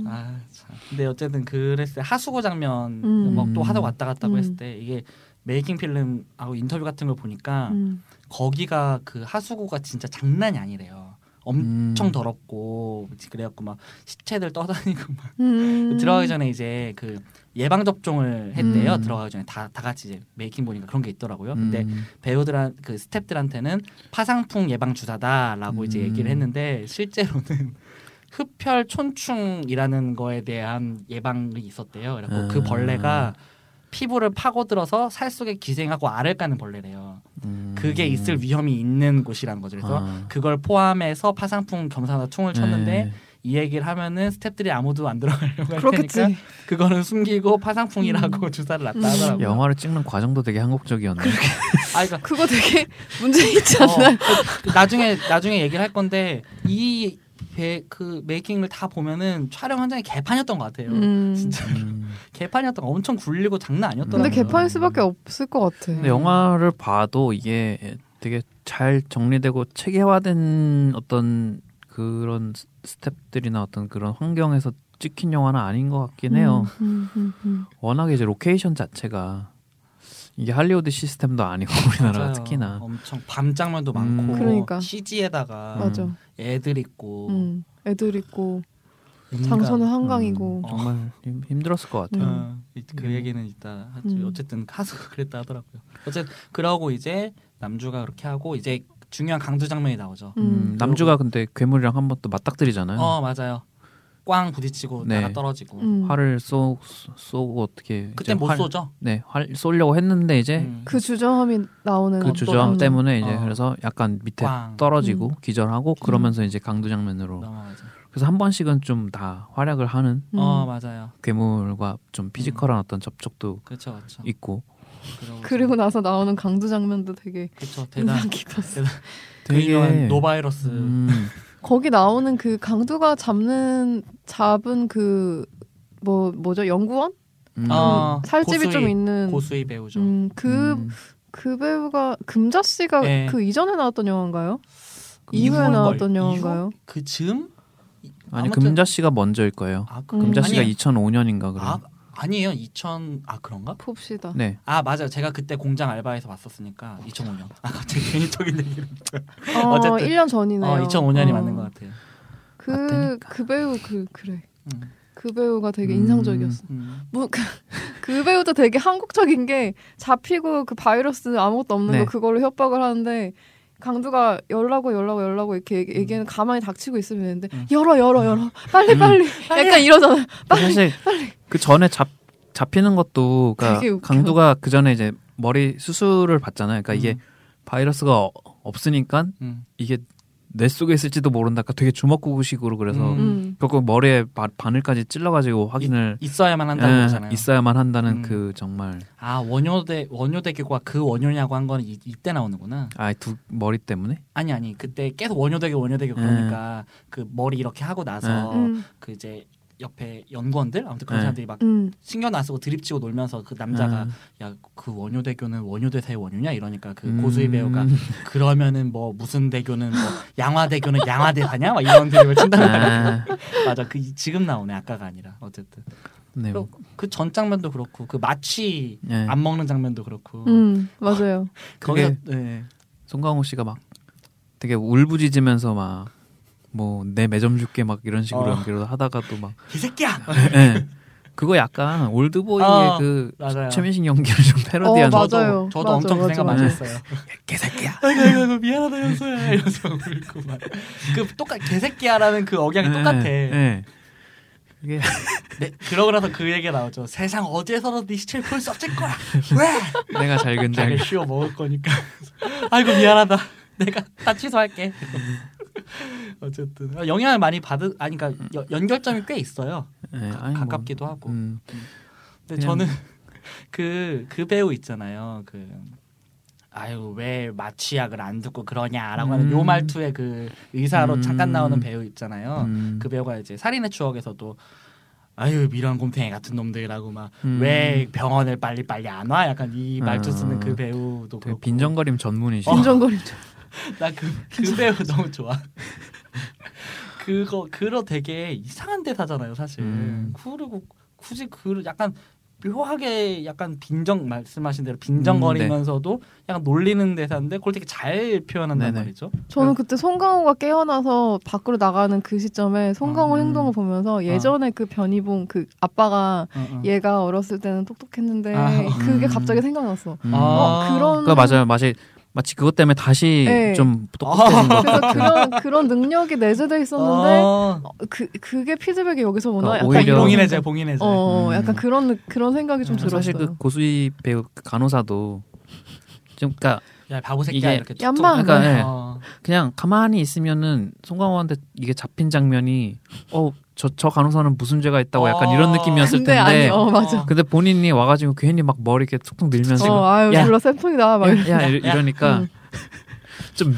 S2: 아, 참. 근데 어쨌든 그랬을 때 하수구 장면
S3: 음.
S2: 뭐또 하다 왔다 갔다고
S3: 음.
S2: 했을 때 이게 메이킹 필름하고 인터뷰 같은 걸 보니까
S3: 음.
S2: 거기가 그 하수구가 진짜 장난이 아니래요. 엄청
S3: 음.
S2: 더럽고 그래갖고 막 시체들 떠다니고 막
S3: 음.
S2: 들어가기 전에 이제 그 예방 접종을 했대요.
S4: 음.
S2: 들어가기 전에 다 다 같이 이제 메이킹 보니까 그런 게 있더라고요.
S4: 음.
S2: 근데 배우들한 그 스탭들한테는 파상풍 예방 주사다라고 이제
S4: 음.
S2: 얘기를 했는데 실제로는 흡혈 촌충이라는 거에 대한 예방이 있었대요. 그래서
S4: 아.
S2: 그 벌레가 피부를 파고들어서 살 속에 기생하고 알을 까는 벌레래요.
S4: 음.
S2: 그게 있을 위험이 있는 곳이란 거죠. 그래서
S4: 아.
S2: 그걸 포함해서 파상풍 겸사나 총을 쳤는데
S4: 네.
S2: 이 얘기를 하면은 스탭들이 아무도 안 들어가려고 할
S3: 그렇겠지.
S2: 테니까 그거는 숨기고
S4: 음.
S2: 파상풍이라고 주사를 놨다 하더라고요.
S4: 영화를 찍는 과정도 되게 한국적이었네.
S2: 아, 그러니까
S3: 그거 되게 문제 있지
S2: 어,
S3: 않나요?
S2: 그- 그 나중에 나중에 얘기를 할 건데 이 배 그 메이킹을 다 보면은 촬영 현장이 개판이었던 것 같아요.
S3: 음.
S2: 어, 진짜
S4: 음.
S2: 개판이었던 거 엄청 굴리고 장난 아니었더라고요.
S3: 근데 개판일 수밖에 없을 것 같아.
S2: 네,
S4: 근데 영화를 봐도 이게 되게 잘 정리되고 체계화된 어떤 그런 스- 스텝들이나 어떤 그런 환경에서 찍힌 영화는 아닌 것 같긴 해요.
S3: 음, 음, 음,
S4: 워낙에 이제 로케이션 자체가 이게 할리우드 시스템도 아니고 우리나라가
S2: 맞아요.
S4: 음.
S2: 어.
S4: 특히나
S2: 엄청 밤 장면도
S4: 음.
S2: 많고
S3: 그러니까.
S2: CG에다가
S3: 음. 맞아.
S2: 애들 있고
S3: 음. 애들
S2: 뭐
S3: 있고
S2: 인간.
S3: 장소는 한강이고.
S4: 음, 정말 음. 힘, 힘들었을 것 같아요.
S2: 어, 이- 그 얘기는 이따 하죠.
S3: 음.
S2: 어쨌든 하수가 그랬다 하더라고요. 어쨌든 그러고 이제 남주가 그렇게 하고 이제 중요한 강두 장면이 나오죠.
S4: 음,
S3: 음.
S4: 남주가 근데 괴물이랑 한 번 또 맞닥뜨리잖아요.
S2: 어 맞아요. 꽝 부딪히고
S4: 네.
S2: 나가 떨어지고
S3: 음.
S4: 활을 쏘, 쏘고 어떻게
S2: 그때
S4: 이제 네.
S2: 못
S4: 활-
S2: 쏘죠.
S4: 네, 활 쏘려고 했는데 이제
S2: 음.
S3: 그 주저함이 나오는
S4: 그
S3: 어떤-
S4: 주저함 때문에 이제
S2: 어.
S4: 그래서 약간 밑에
S2: 꽝. 음.
S4: 떨어지고 기절하고 그러면서 이제 강도 장면으로
S2: 넘어가죠.
S4: 그래서 한 번씩은 좀 다 활약을 하는
S3: 음.
S2: 어 맞아요.
S4: 괴물과
S2: 음.
S4: 좀 피지컬한 어떤 접촉도
S2: 그렇죠, 그렇죠.
S4: 있고
S3: 그리고 나서 나오는 강두 장면도 되게
S2: 그렇죠
S3: 인상
S2: 대단.
S3: 깊었어.
S2: 그 유명한 노바이러스.
S4: 음,
S3: 거기 나오는 그 강두가 잡는 잡은 그 뭐 뭐죠 연구원
S4: 음,
S2: 아,
S3: 살집이 좀
S2: 고수이-
S3: 있는
S2: 고수의 배우죠.
S3: 음, 그
S4: 음.
S3: 그 배우가 금자 씨가
S2: 네.
S3: 그 이전에 나왔던 영화인가요?
S2: 뭐
S3: 이후에 나왔던 영화인가요?
S2: 그 즈음? 이-
S4: 아니
S2: 아무튼-
S4: 금자 씨가 먼저일 거예요.
S2: 아, 그-
S3: 음.
S4: 금자 씨가
S2: 아니요.
S4: 2005년인가 그래요.
S2: 아 아니에요 2000 아 그런가?
S3: 봅시다.
S4: 네.
S2: 아 맞아요 제가 그때 공장 알바에서 봤었으니까 2005년. 아 갑자기 괜히 적인 얘기를.
S3: 어,
S2: 네. 어쨌든.
S3: 1년 전이네요.
S2: 어 2005년이
S3: 어.
S2: 맞는 것 같아요.
S3: 그,
S4: 맞다니까.
S3: 그 배우 그 그래.
S2: 음,
S3: 그 배우가 되게
S4: 음.
S3: 인상적이었어.
S2: 음.
S3: 뭐, 그, 그 배우도 되게 한국적인 게 잡히고 그 바이러스 아무것도 없는
S4: 네.
S3: 거 그걸로 협박을 하는데 강두가 열라고 열라고 열라고 이렇게 얘기- 얘기하는 가만히 닥치고 있으면 되는데
S2: 음.
S3: 열어 열어 열어 빨리
S4: 음.
S3: 빨리 약간 이러잖아.
S4: 사실 그 전에 잡 잡히는 것도
S3: 되게
S4: 그러니까
S3: 웃겨.
S4: 강도가 그 전에 이제 머리 수술을 받잖아요. 그러니까 이게
S2: 음.
S4: 바이러스가 어- 없으니까
S2: 음.
S4: 이게 뇌 속에 있을지도 모른다. 아까 되게 주먹구구식으로 그래서
S2: 음.
S3: 음.
S4: 결국 머리에 바, 바늘까지 찔러가지고 확인을
S2: 있어야만
S4: 예,
S2: 한다는 거잖아요.
S4: 있어야만 한다는
S2: 음.
S4: 그 정말
S2: 아 원효대 원효대교가 그 원효냐고 한 거는 이- 이때 나오는구나.
S4: 아두 머리 때문에
S2: 아니 아니 그때 계속 원효대교 원효대교
S4: 네.
S2: 그러니까 그 머리 이렇게 하고 나서
S3: 음.
S2: 그 이제 옆에 연구원들 아무튼 그런
S4: 네.
S2: 사람들이 막
S3: 음.
S2: 신경 안 쓰고 드립치고 놀면서 그 남자가 야 그 원효대교는 원효대사의 원효냐 이러니까 그
S4: 음.
S2: 고수의 배우가 그러면은 뭐 무슨 대교는 뭐 양화대교는 양화대사냐 막 이런 드립을 친다는 거야.
S4: 아,
S2: 맞아 그 이- 지금 나오네 아까가 아니라 어쨌든
S4: 네. 뭐,
S2: 그 전 장면도 그렇고 그 마취
S4: 예.
S2: 안 먹는 장면도 그렇고
S3: 음, 맞아요.
S2: 거기서
S4: 그게-
S2: 네.
S4: 송강호 씨가 막 되게 울부짖으면서 막 뭐 내 매점 줄게 막 이런 식으로
S2: 어.
S4: 연기를 하다가 또막
S2: 이 새끼야.
S4: 예. 그거 약간 올드보이의
S2: 어,
S4: 그
S2: 맞아요.
S4: 최민식 연기를 좀
S3: 어,
S4: 패러디한
S3: 맞아요.
S2: 저도, 저도
S3: 맞아,
S2: 엄청 그
S3: 맞아,
S2: 생각 많이
S4: 맞아.
S2: 했어요.
S4: 개새끼야.
S2: 아이고 아이고 미안하다 현수야 이러면서 울고 막그 똑같 개새끼야라는 그 억양이 똑같아.
S4: 예, 예. 그게
S2: 네, 그러고 나서 그 얘기가 나오죠. 세상 어디에서라도 네 시체를 볼수 없을 거야. 왜?
S4: 내가 잘 근데
S2: 자기가 쉬워 먹을 거니까. 아이고 미안하다. 내가 다 취소할게. 어쨌든 영향을 많이 받은 아니 그러니까 여- 연결점이 꽤 있어요.
S4: 예,
S2: 가-
S4: 아니, 뭐,
S2: 가깝기도 하고.
S4: 음,
S2: 근데
S4: 그냥-
S2: 네,
S4: 뭐.
S2: 저는 그 그 배우 있잖아요. 그 아유 왜 마취약을 안 듣고 그러냐라고 하는
S4: 음.
S2: 요 말투의 그 의사로
S4: 음.
S2: 잠깐 나오는 배우 있잖아요.
S4: 음.
S2: 그 배우가 이제 살인의 추억에서도 아유 미련 곰탱이 같은 놈들이라고
S4: 음.
S2: 막 왜 병원을 빨리 빨리 안 와? 약간 이 말투 쓰는
S4: 아,
S2: 그 배우도
S4: 되게
S2: 그렇고
S4: 빈정거림 전문이시죠.
S3: 긴장거리죠.
S2: 나그 그 배우 너무 좋아. 그거 그러 되게 이상한 대사잖아요 사실.
S4: 음.
S2: 그리고 굳이 그 약간 묘하게 약간 빈정 말씀하신 대로 빈정거리면서도 약간 놀리는 대사인데 그걸 되게 잘 표현한단
S4: 음, 네. 네네.
S2: 말이죠. 어,
S3: 저는 그때 송강호가 깨어나서 밖으로 나가는 그 시점에 송강호
S4: 음.
S3: 행동을 보면서 예전에 그 변희봉 그 아빠가
S2: 어,
S4: 예.
S2: 어.
S3: 얘가 어렸을 때는 똑똑했는데
S2: 아,
S3: 그게
S4: 음.
S3: 갑자기 생각났어.
S4: 음.
S2: 아.
S3: 어, 그런
S4: 그거 맞아요. 마치 마치 그것 때문에 다시
S3: 네.
S4: 좀 똑똑해진 것
S3: 그래서
S4: 같은.
S3: 그런 그런 능력이 내재돼 있었는데
S2: 어,
S3: 어, 그 그게 피드백이 여기서 오나
S4: 아. 그러니까
S3: 약간
S4: 오히려-
S3: 이런
S2: 봉인의 제
S3: 생각.
S2: 봉인의 제.
S3: 어,
S4: 음.
S3: 약간 그런 느- 그런 생각이 좀
S2: 음,
S3: 들었어요.
S4: 사실 그 고수희 배우 그 간호사도 좀 그러니까
S2: 야 바보 새끼야
S4: 이게
S2: 이렇게 툭툭.
S3: 얌마.
S4: 그러니까 예.
S2: 어.
S4: 그냥 가만히 있으면은 송강호한테 이게 잡힌 장면이 어 저 저 간호사는 무슨 죄가 있다고 약간 이런
S2: 어,
S4: 느낌이었을
S3: 근데 아니,
S4: 텐데
S3: 어 맞아.
S2: 어.
S4: 근데 본인이 와가지고 괜히 막 머리 이렇게 툭툭 밀면서
S3: 어, 아유
S4: 야.
S3: 불러 쌤통이다 막. 이러-
S4: 야, 야, 이러-
S2: 야.
S4: 이러니까
S3: 음.
S4: 좀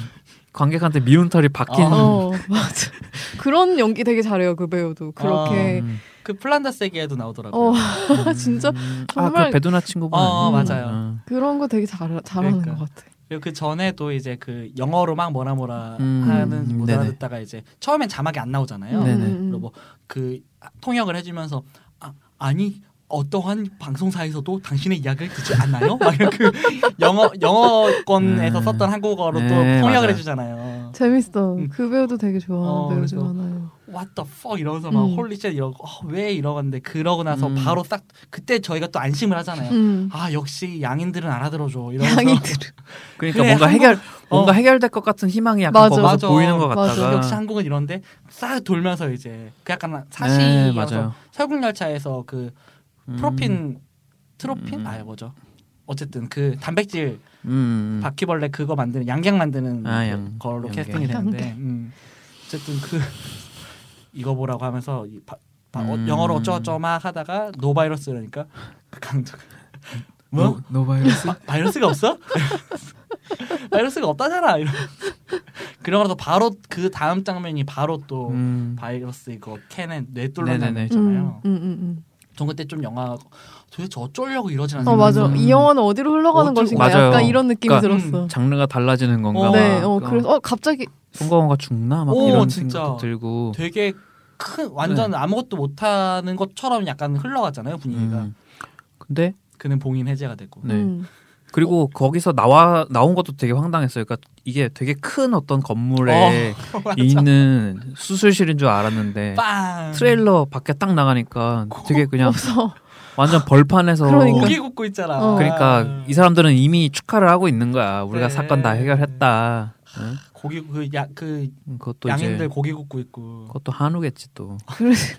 S4: 관객한테 미운 털이 박힌
S2: 어.
S3: 어 맞아. 그런 연기 되게 잘해요 그 배우도 그렇게.
S4: 음.
S2: 그 플란다 세계에도 나오더라고요.
S3: 어 진짜
S4: 음. 아,
S3: 정말-
S4: 그 배두나 친구분
S2: 어,
S4: 아니에요?
S2: 맞아요.
S4: 음.
S3: 그런 거 되게 잘 잘하는
S2: 그러니까.
S3: 것 같아.
S2: 그리고 그 전에도 이제 그 영어로 막 뭐라 뭐라
S4: 음,
S2: 하는 못
S4: 네네.
S2: 알아듣다가 이제 처음엔 자막이 안 나오잖아요.
S3: 음,
S4: 네네.
S2: 그리고 뭐그 통역을 해주면서 아, 아니 어떠한 방송사에서도 당신의 이야기를 듣지 않나요? 막 이런 그 영어 영어권에서
S4: 음.
S2: 썼던 한국어로 또
S4: 네,
S2: 통역을
S4: 맞아요.
S2: 해주잖아요.
S3: 재밌어.
S2: 음.
S3: 그 배우도 되게 좋아하는
S2: 어,
S3: 배우
S2: 그래서-
S3: 중 하나예요.
S2: What the fuck 이러면서 막
S3: 음.
S2: 홀리 쉣 이러고 어, 왜 이러는데 그러고 나서
S4: 음.
S2: 바로 싹 그때 저희가 또 안심을 하잖아요.
S3: 음.
S2: 아 역시 양인들은 알아들어줘 이러면서
S3: 양이들.
S4: 그러니까
S2: 그래, 한국-
S4: 뭔가 해결 뭔가
S2: 어.
S4: 해결될 것 같은 희망이 약간
S3: 맞아.
S4: 거기서
S2: 맞아.
S4: 보이는 것
S3: 맞아.
S4: 같다가
S2: 역시 한국은 이런데 싹 돌면서 이제 그 약간
S4: 네,
S2: 사시
S4: 맞아요.
S2: 설국열차에서 그
S4: 음.
S2: 프로핀 트로핀
S4: 음.
S2: 아예 뭐죠? 어쨌든 그 단백질
S4: 음.
S2: 바퀴벌레 그거 만드는 양갱 만드는 그
S4: 아, 양-
S2: 걸로
S4: 양갱.
S2: 캐스팅이 됐는데 음. 어쨌든 그 이거 보라고 하면서 이 바, 바, 어,
S4: 음.
S2: 영어로 어쩌고저쩌고 막 하다가 노바이러스 이러니까 그 강도가 뭐?
S4: 노- 노바이러스
S2: 바이러스가 없어? 바이러스가 없다잖아 이러 그러고 나서 바로 그 다음 장면이 바로 또
S4: 음.
S2: 바이러스 이거 캔에 뇌 뚫는 장면
S3: 음,
S4: 네네네.
S2: 있잖아요.
S3: 음, 음,
S2: 전 그때 좀 영화 도대체 어쩌려고 이러지
S3: 음.
S2: 않았나
S3: 어 맞아.
S4: 음.
S3: 이 영화는 어디로 흘러가는
S2: 어쩌-
S3: 것인가
S4: 맞아요.
S3: 약간 이런 느낌이
S4: 그러니까-
S3: 들었어.
S4: 장르가 달라지는 건가
S2: 어.
S4: 막
S3: 네, 어
S4: 그런
S3: 그래서 어 갑자기
S4: 송강호가 죽나 막
S2: 오,
S4: 이런
S2: 진짜.
S4: 생각도 들고
S2: 되게 큰 완전
S4: 네.
S2: 아무것도 못하는 것처럼 약간 흘러갔잖아요 분위기가
S4: 음. 근데
S2: 그는 봉인 해제가 됐고
S4: 네.
S3: 음.
S4: 그리고 거기서 나와 나온 것도 되게 황당했어요. 그러니까 이게 되게 큰 어떤 건물에 있는 수술실인 줄 알았는데
S2: 빵
S4: 트레일러 밖에 딱 나가니까 되게 그냥
S3: 없어.
S4: 완전 벌판에서
S3: 그러니까.
S2: 고기 굽고 있잖아 음.
S3: 어.
S4: 그러니까 이 사람들은 이미 축하를 하고 있는 거야. 우리가
S2: 네.
S4: 사건 다 해결했다. 응?
S2: 고기 그야그
S4: 음, 그것도
S2: 양인들 아,
S4: 이제
S2: 고기 굽고 있고
S4: 그것도 한우겠지 또.
S3: 그래서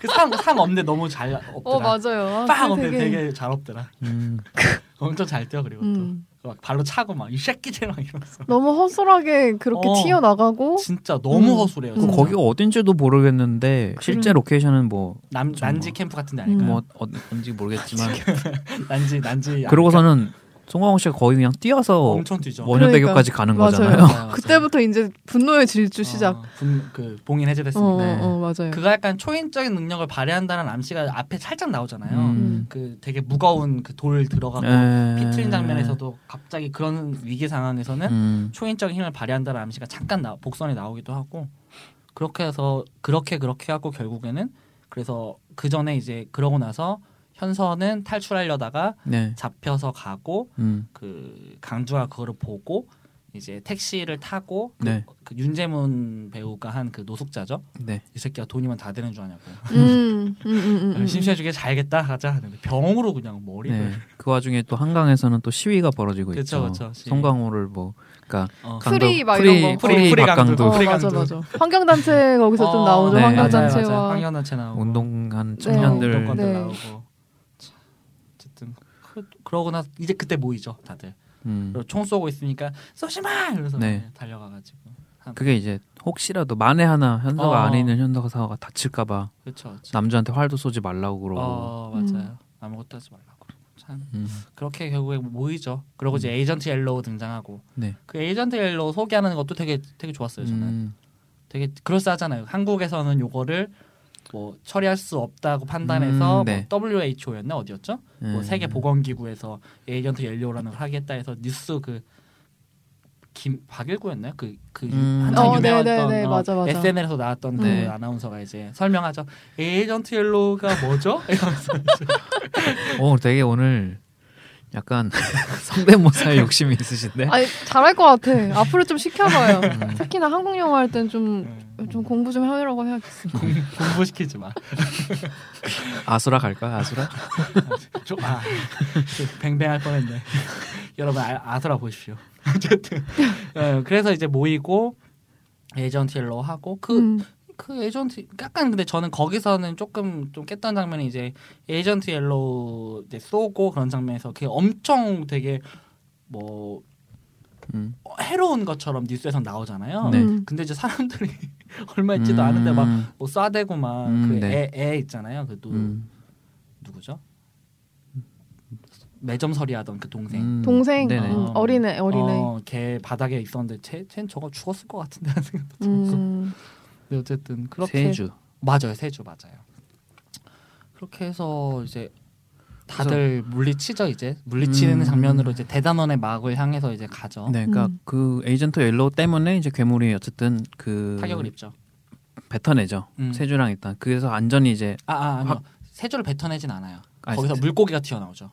S2: 그상상 없는데 너무 잘
S3: 어
S2: 없더라
S3: 맞아요. 아,
S2: 빵
S3: 그게
S2: 없는데 되게 잘 없더라
S4: 음,
S2: 엄청 잘 뛰어 그리고
S3: 음.
S2: 또막 발로 차고 막 이 새끼들 막 이러면서
S3: 너무 허술하게 그렇게
S2: 어.
S3: 튀어 나가고
S2: 진짜 너무
S3: 음.
S2: 허술해요
S3: 음.
S4: 그럼
S2: 진짜.
S4: 거기가 어딘지도 모르겠는데
S3: 그러니까.
S4: 실제 로케이션은 뭐,
S2: 남,
S4: 좀
S2: 난지
S4: 뭐.
S2: 캠프 같은 데
S3: 음.
S2: 아닐까요?
S4: 뭐 어- 어딘지
S2: 아,
S4: 모르겠지만
S2: 난지 난지
S4: 음.
S2: 아,
S4: 그러고서는 송강호 씨가 거의 그냥 뛰어서
S2: 엄청 뛰죠.
S4: 원효대교까지 가는
S3: 그러니까. 맞아요.
S4: 거잖아요.
S2: 맞아요.
S3: 그때부터 이제 분노의 질주 시작.
S2: 어, 분, 그 봉인
S3: 어, 어,
S2: 해제됐습니다.
S4: 네.
S3: 어, 맞아요.
S2: 그가 약간 초인적인 능력을 발휘한다는 암시가 앞에 살짝 나오잖아요.
S4: 음. 네.
S2: 그 되게 무거운 그 돌 들어가고
S3: 네.
S4: 에.
S2: 피 틀린 장면에서도 갑자기 그런 위기 상황에서는
S4: 음.
S2: 초인적인 힘을 발휘한다는 암시가 잠깐 나, 복선에 나오기도 하고 그렇게 해서 그렇게 그렇게 하고 결국에는 그래서 그 전에 이제 그러고 나서 현서는 탈출하려다가
S4: 네.
S2: 잡혀서 가고
S4: 음.
S2: 그 강주가 그거를 보고 이 이제 택시를 타고 그,
S4: 네.
S2: 그 윤재문 배우가 한 그 노숙자죠.
S4: 네.
S2: 이 새끼가 돈이면 다 되는 줄 아냐고.
S3: 음, 음, 음,
S4: 아,
S3: 음, 음.
S2: 심심해 죽게 잘겠다 하자 하는데 병으로 그냥 머리를.
S4: 네. 그 와중에 또 한강에서는 또 시위가 벌어지고
S2: 그쵸,
S4: 있죠.
S2: 그쵸. 시위.
S4: 송강호를 뭐 그러니까
S2: 어.
S3: 강- 프리 막
S4: 프리,
S3: 이런 거.
S4: 프리,
S2: 프리
S4: 박강도
S2: 강도.
S3: 어, 맞아, 맞아. 환경단체 거기서 좀 나오죠.
S2: 아,
S4: 네,
S3: 환경단체와
S2: 황연단체 나오고
S4: 운동한
S3: 네.
S4: 청년들
S2: 운동권들
S3: 네.
S2: 나오고. 참, 어쨌든 그- 그러고 나 이제 그때 모이죠 다들.
S4: 음.
S2: 그리고 총 쏘고 있으니까 쏘지 마 이러면서
S4: 네.
S2: 달려가가지고.
S4: 그게 이제 혹시라도 만에 하나 현서가
S2: 어.
S4: 안에 있는 현서가 다칠까봐
S2: 그렇죠. 그렇죠.
S4: 남자한테 활도 쏘지 말라고 그러고
S2: 어 맞아요.
S3: 음.
S2: 아무것도 하지 말라고. 참
S4: 음.
S2: 그렇게 결국에 모이죠. 그리고 이제 에이전트 옐로우 등장하고
S4: 네.
S2: 그 에이전트 옐로우 소개하는 것도 되게 되게 좋았어요. 저는
S4: 음.
S2: 되게 그럴싸하잖아요. 한국에서는 요거를 뭐 처리할 수 없다고 판단해서
S4: 음, 네.
S2: 뭐 WHO였나 어디였죠? 뭐
S4: 음.
S2: 세계 보건기구에서 에이전트 옐로우라는 걸 하겠다 해서 뉴스 그 김, 박일구였나요? 그, 그, 유-
S4: 음.
S2: 한창
S4: 어,
S3: 네, 네,
S2: 유명했던
S3: 네,
S2: 어,
S3: 맞아, 맞아.
S2: SNL에서 나왔던
S4: 네.
S2: 그 아나운서가 이제 설명하죠. 에이전트 옐로우가 뭐죠? 이러면서
S4: 오, 어, 되게 오늘 약간 성대모사에 욕심이 있으신데.
S3: 아니 잘할 것 같아. 앞으로 좀 시켜봐요.
S4: 음.
S3: 특히나 한국 영화 할 땐 좀 좀
S2: 음,
S3: 공부 좀 해라고 해야겠어.
S2: 공부시키지 마.
S4: 아수라 갈까? 아수라?
S2: 좀, 아, 좀 뱅뱅할 뻔했네. 여러분 아, 아서라 보십시오. 어쨌든 어, 그래서 이제 모이고 에이전트 로 하고 그 그
S3: 음.
S2: 에이전트 약간 근데 저는 거기서는 조금 좀 깼던 장면이 이제 에이전트 옐로우 이제 쏘고 그런 장면에서 그게 엄청 되게 뭐 어,
S4: 음.
S2: 해로운 것처럼 뉴스에서 나오잖아요.
S4: 네.
S3: 음.
S2: 근데 이제 사람들이 얼마 어. 있지도 않은데 막
S4: 음,
S2: 뭐 쏴대고 막 그 애
S4: 음,
S2: 애
S4: 네.
S2: 있잖아요. 그또
S4: 음,
S2: 누구죠? 매점서리 하던 그 동생.
S4: 음.
S3: 동생
S4: 네네.
S3: 음, 어린애 어린애.
S2: 어, 걔 바닥에 있었는데 쟤, 쟤 저거 죽었을 것 같은데 하는 생각도
S4: 그렇죠.
S2: 들었어.
S3: 음.
S2: 근데 어쨌든 그렇게
S4: 세주.
S2: 맞아요. 세주 맞아요. 그렇게 해서 이제 다들 물리치죠 이제 물리치는
S4: 음.
S2: 장면으로 이제 대단원의 막을 향해서 이제 가죠.
S4: 네, 그러니까
S3: 음.
S4: 그 에이전트 옐로우 때문에 이제 괴물이 어쨌든 그
S2: 타격을 입죠.
S4: 뱉어내죠.
S2: 음.
S4: 세주랑 일단 그래서 안전히 이제
S2: 아, 아 아니요.
S4: 확-
S2: 세주를 뱉어내진 않아요.
S4: 아,
S2: 거기서
S4: 세-
S2: 물고기가 튀어나오죠.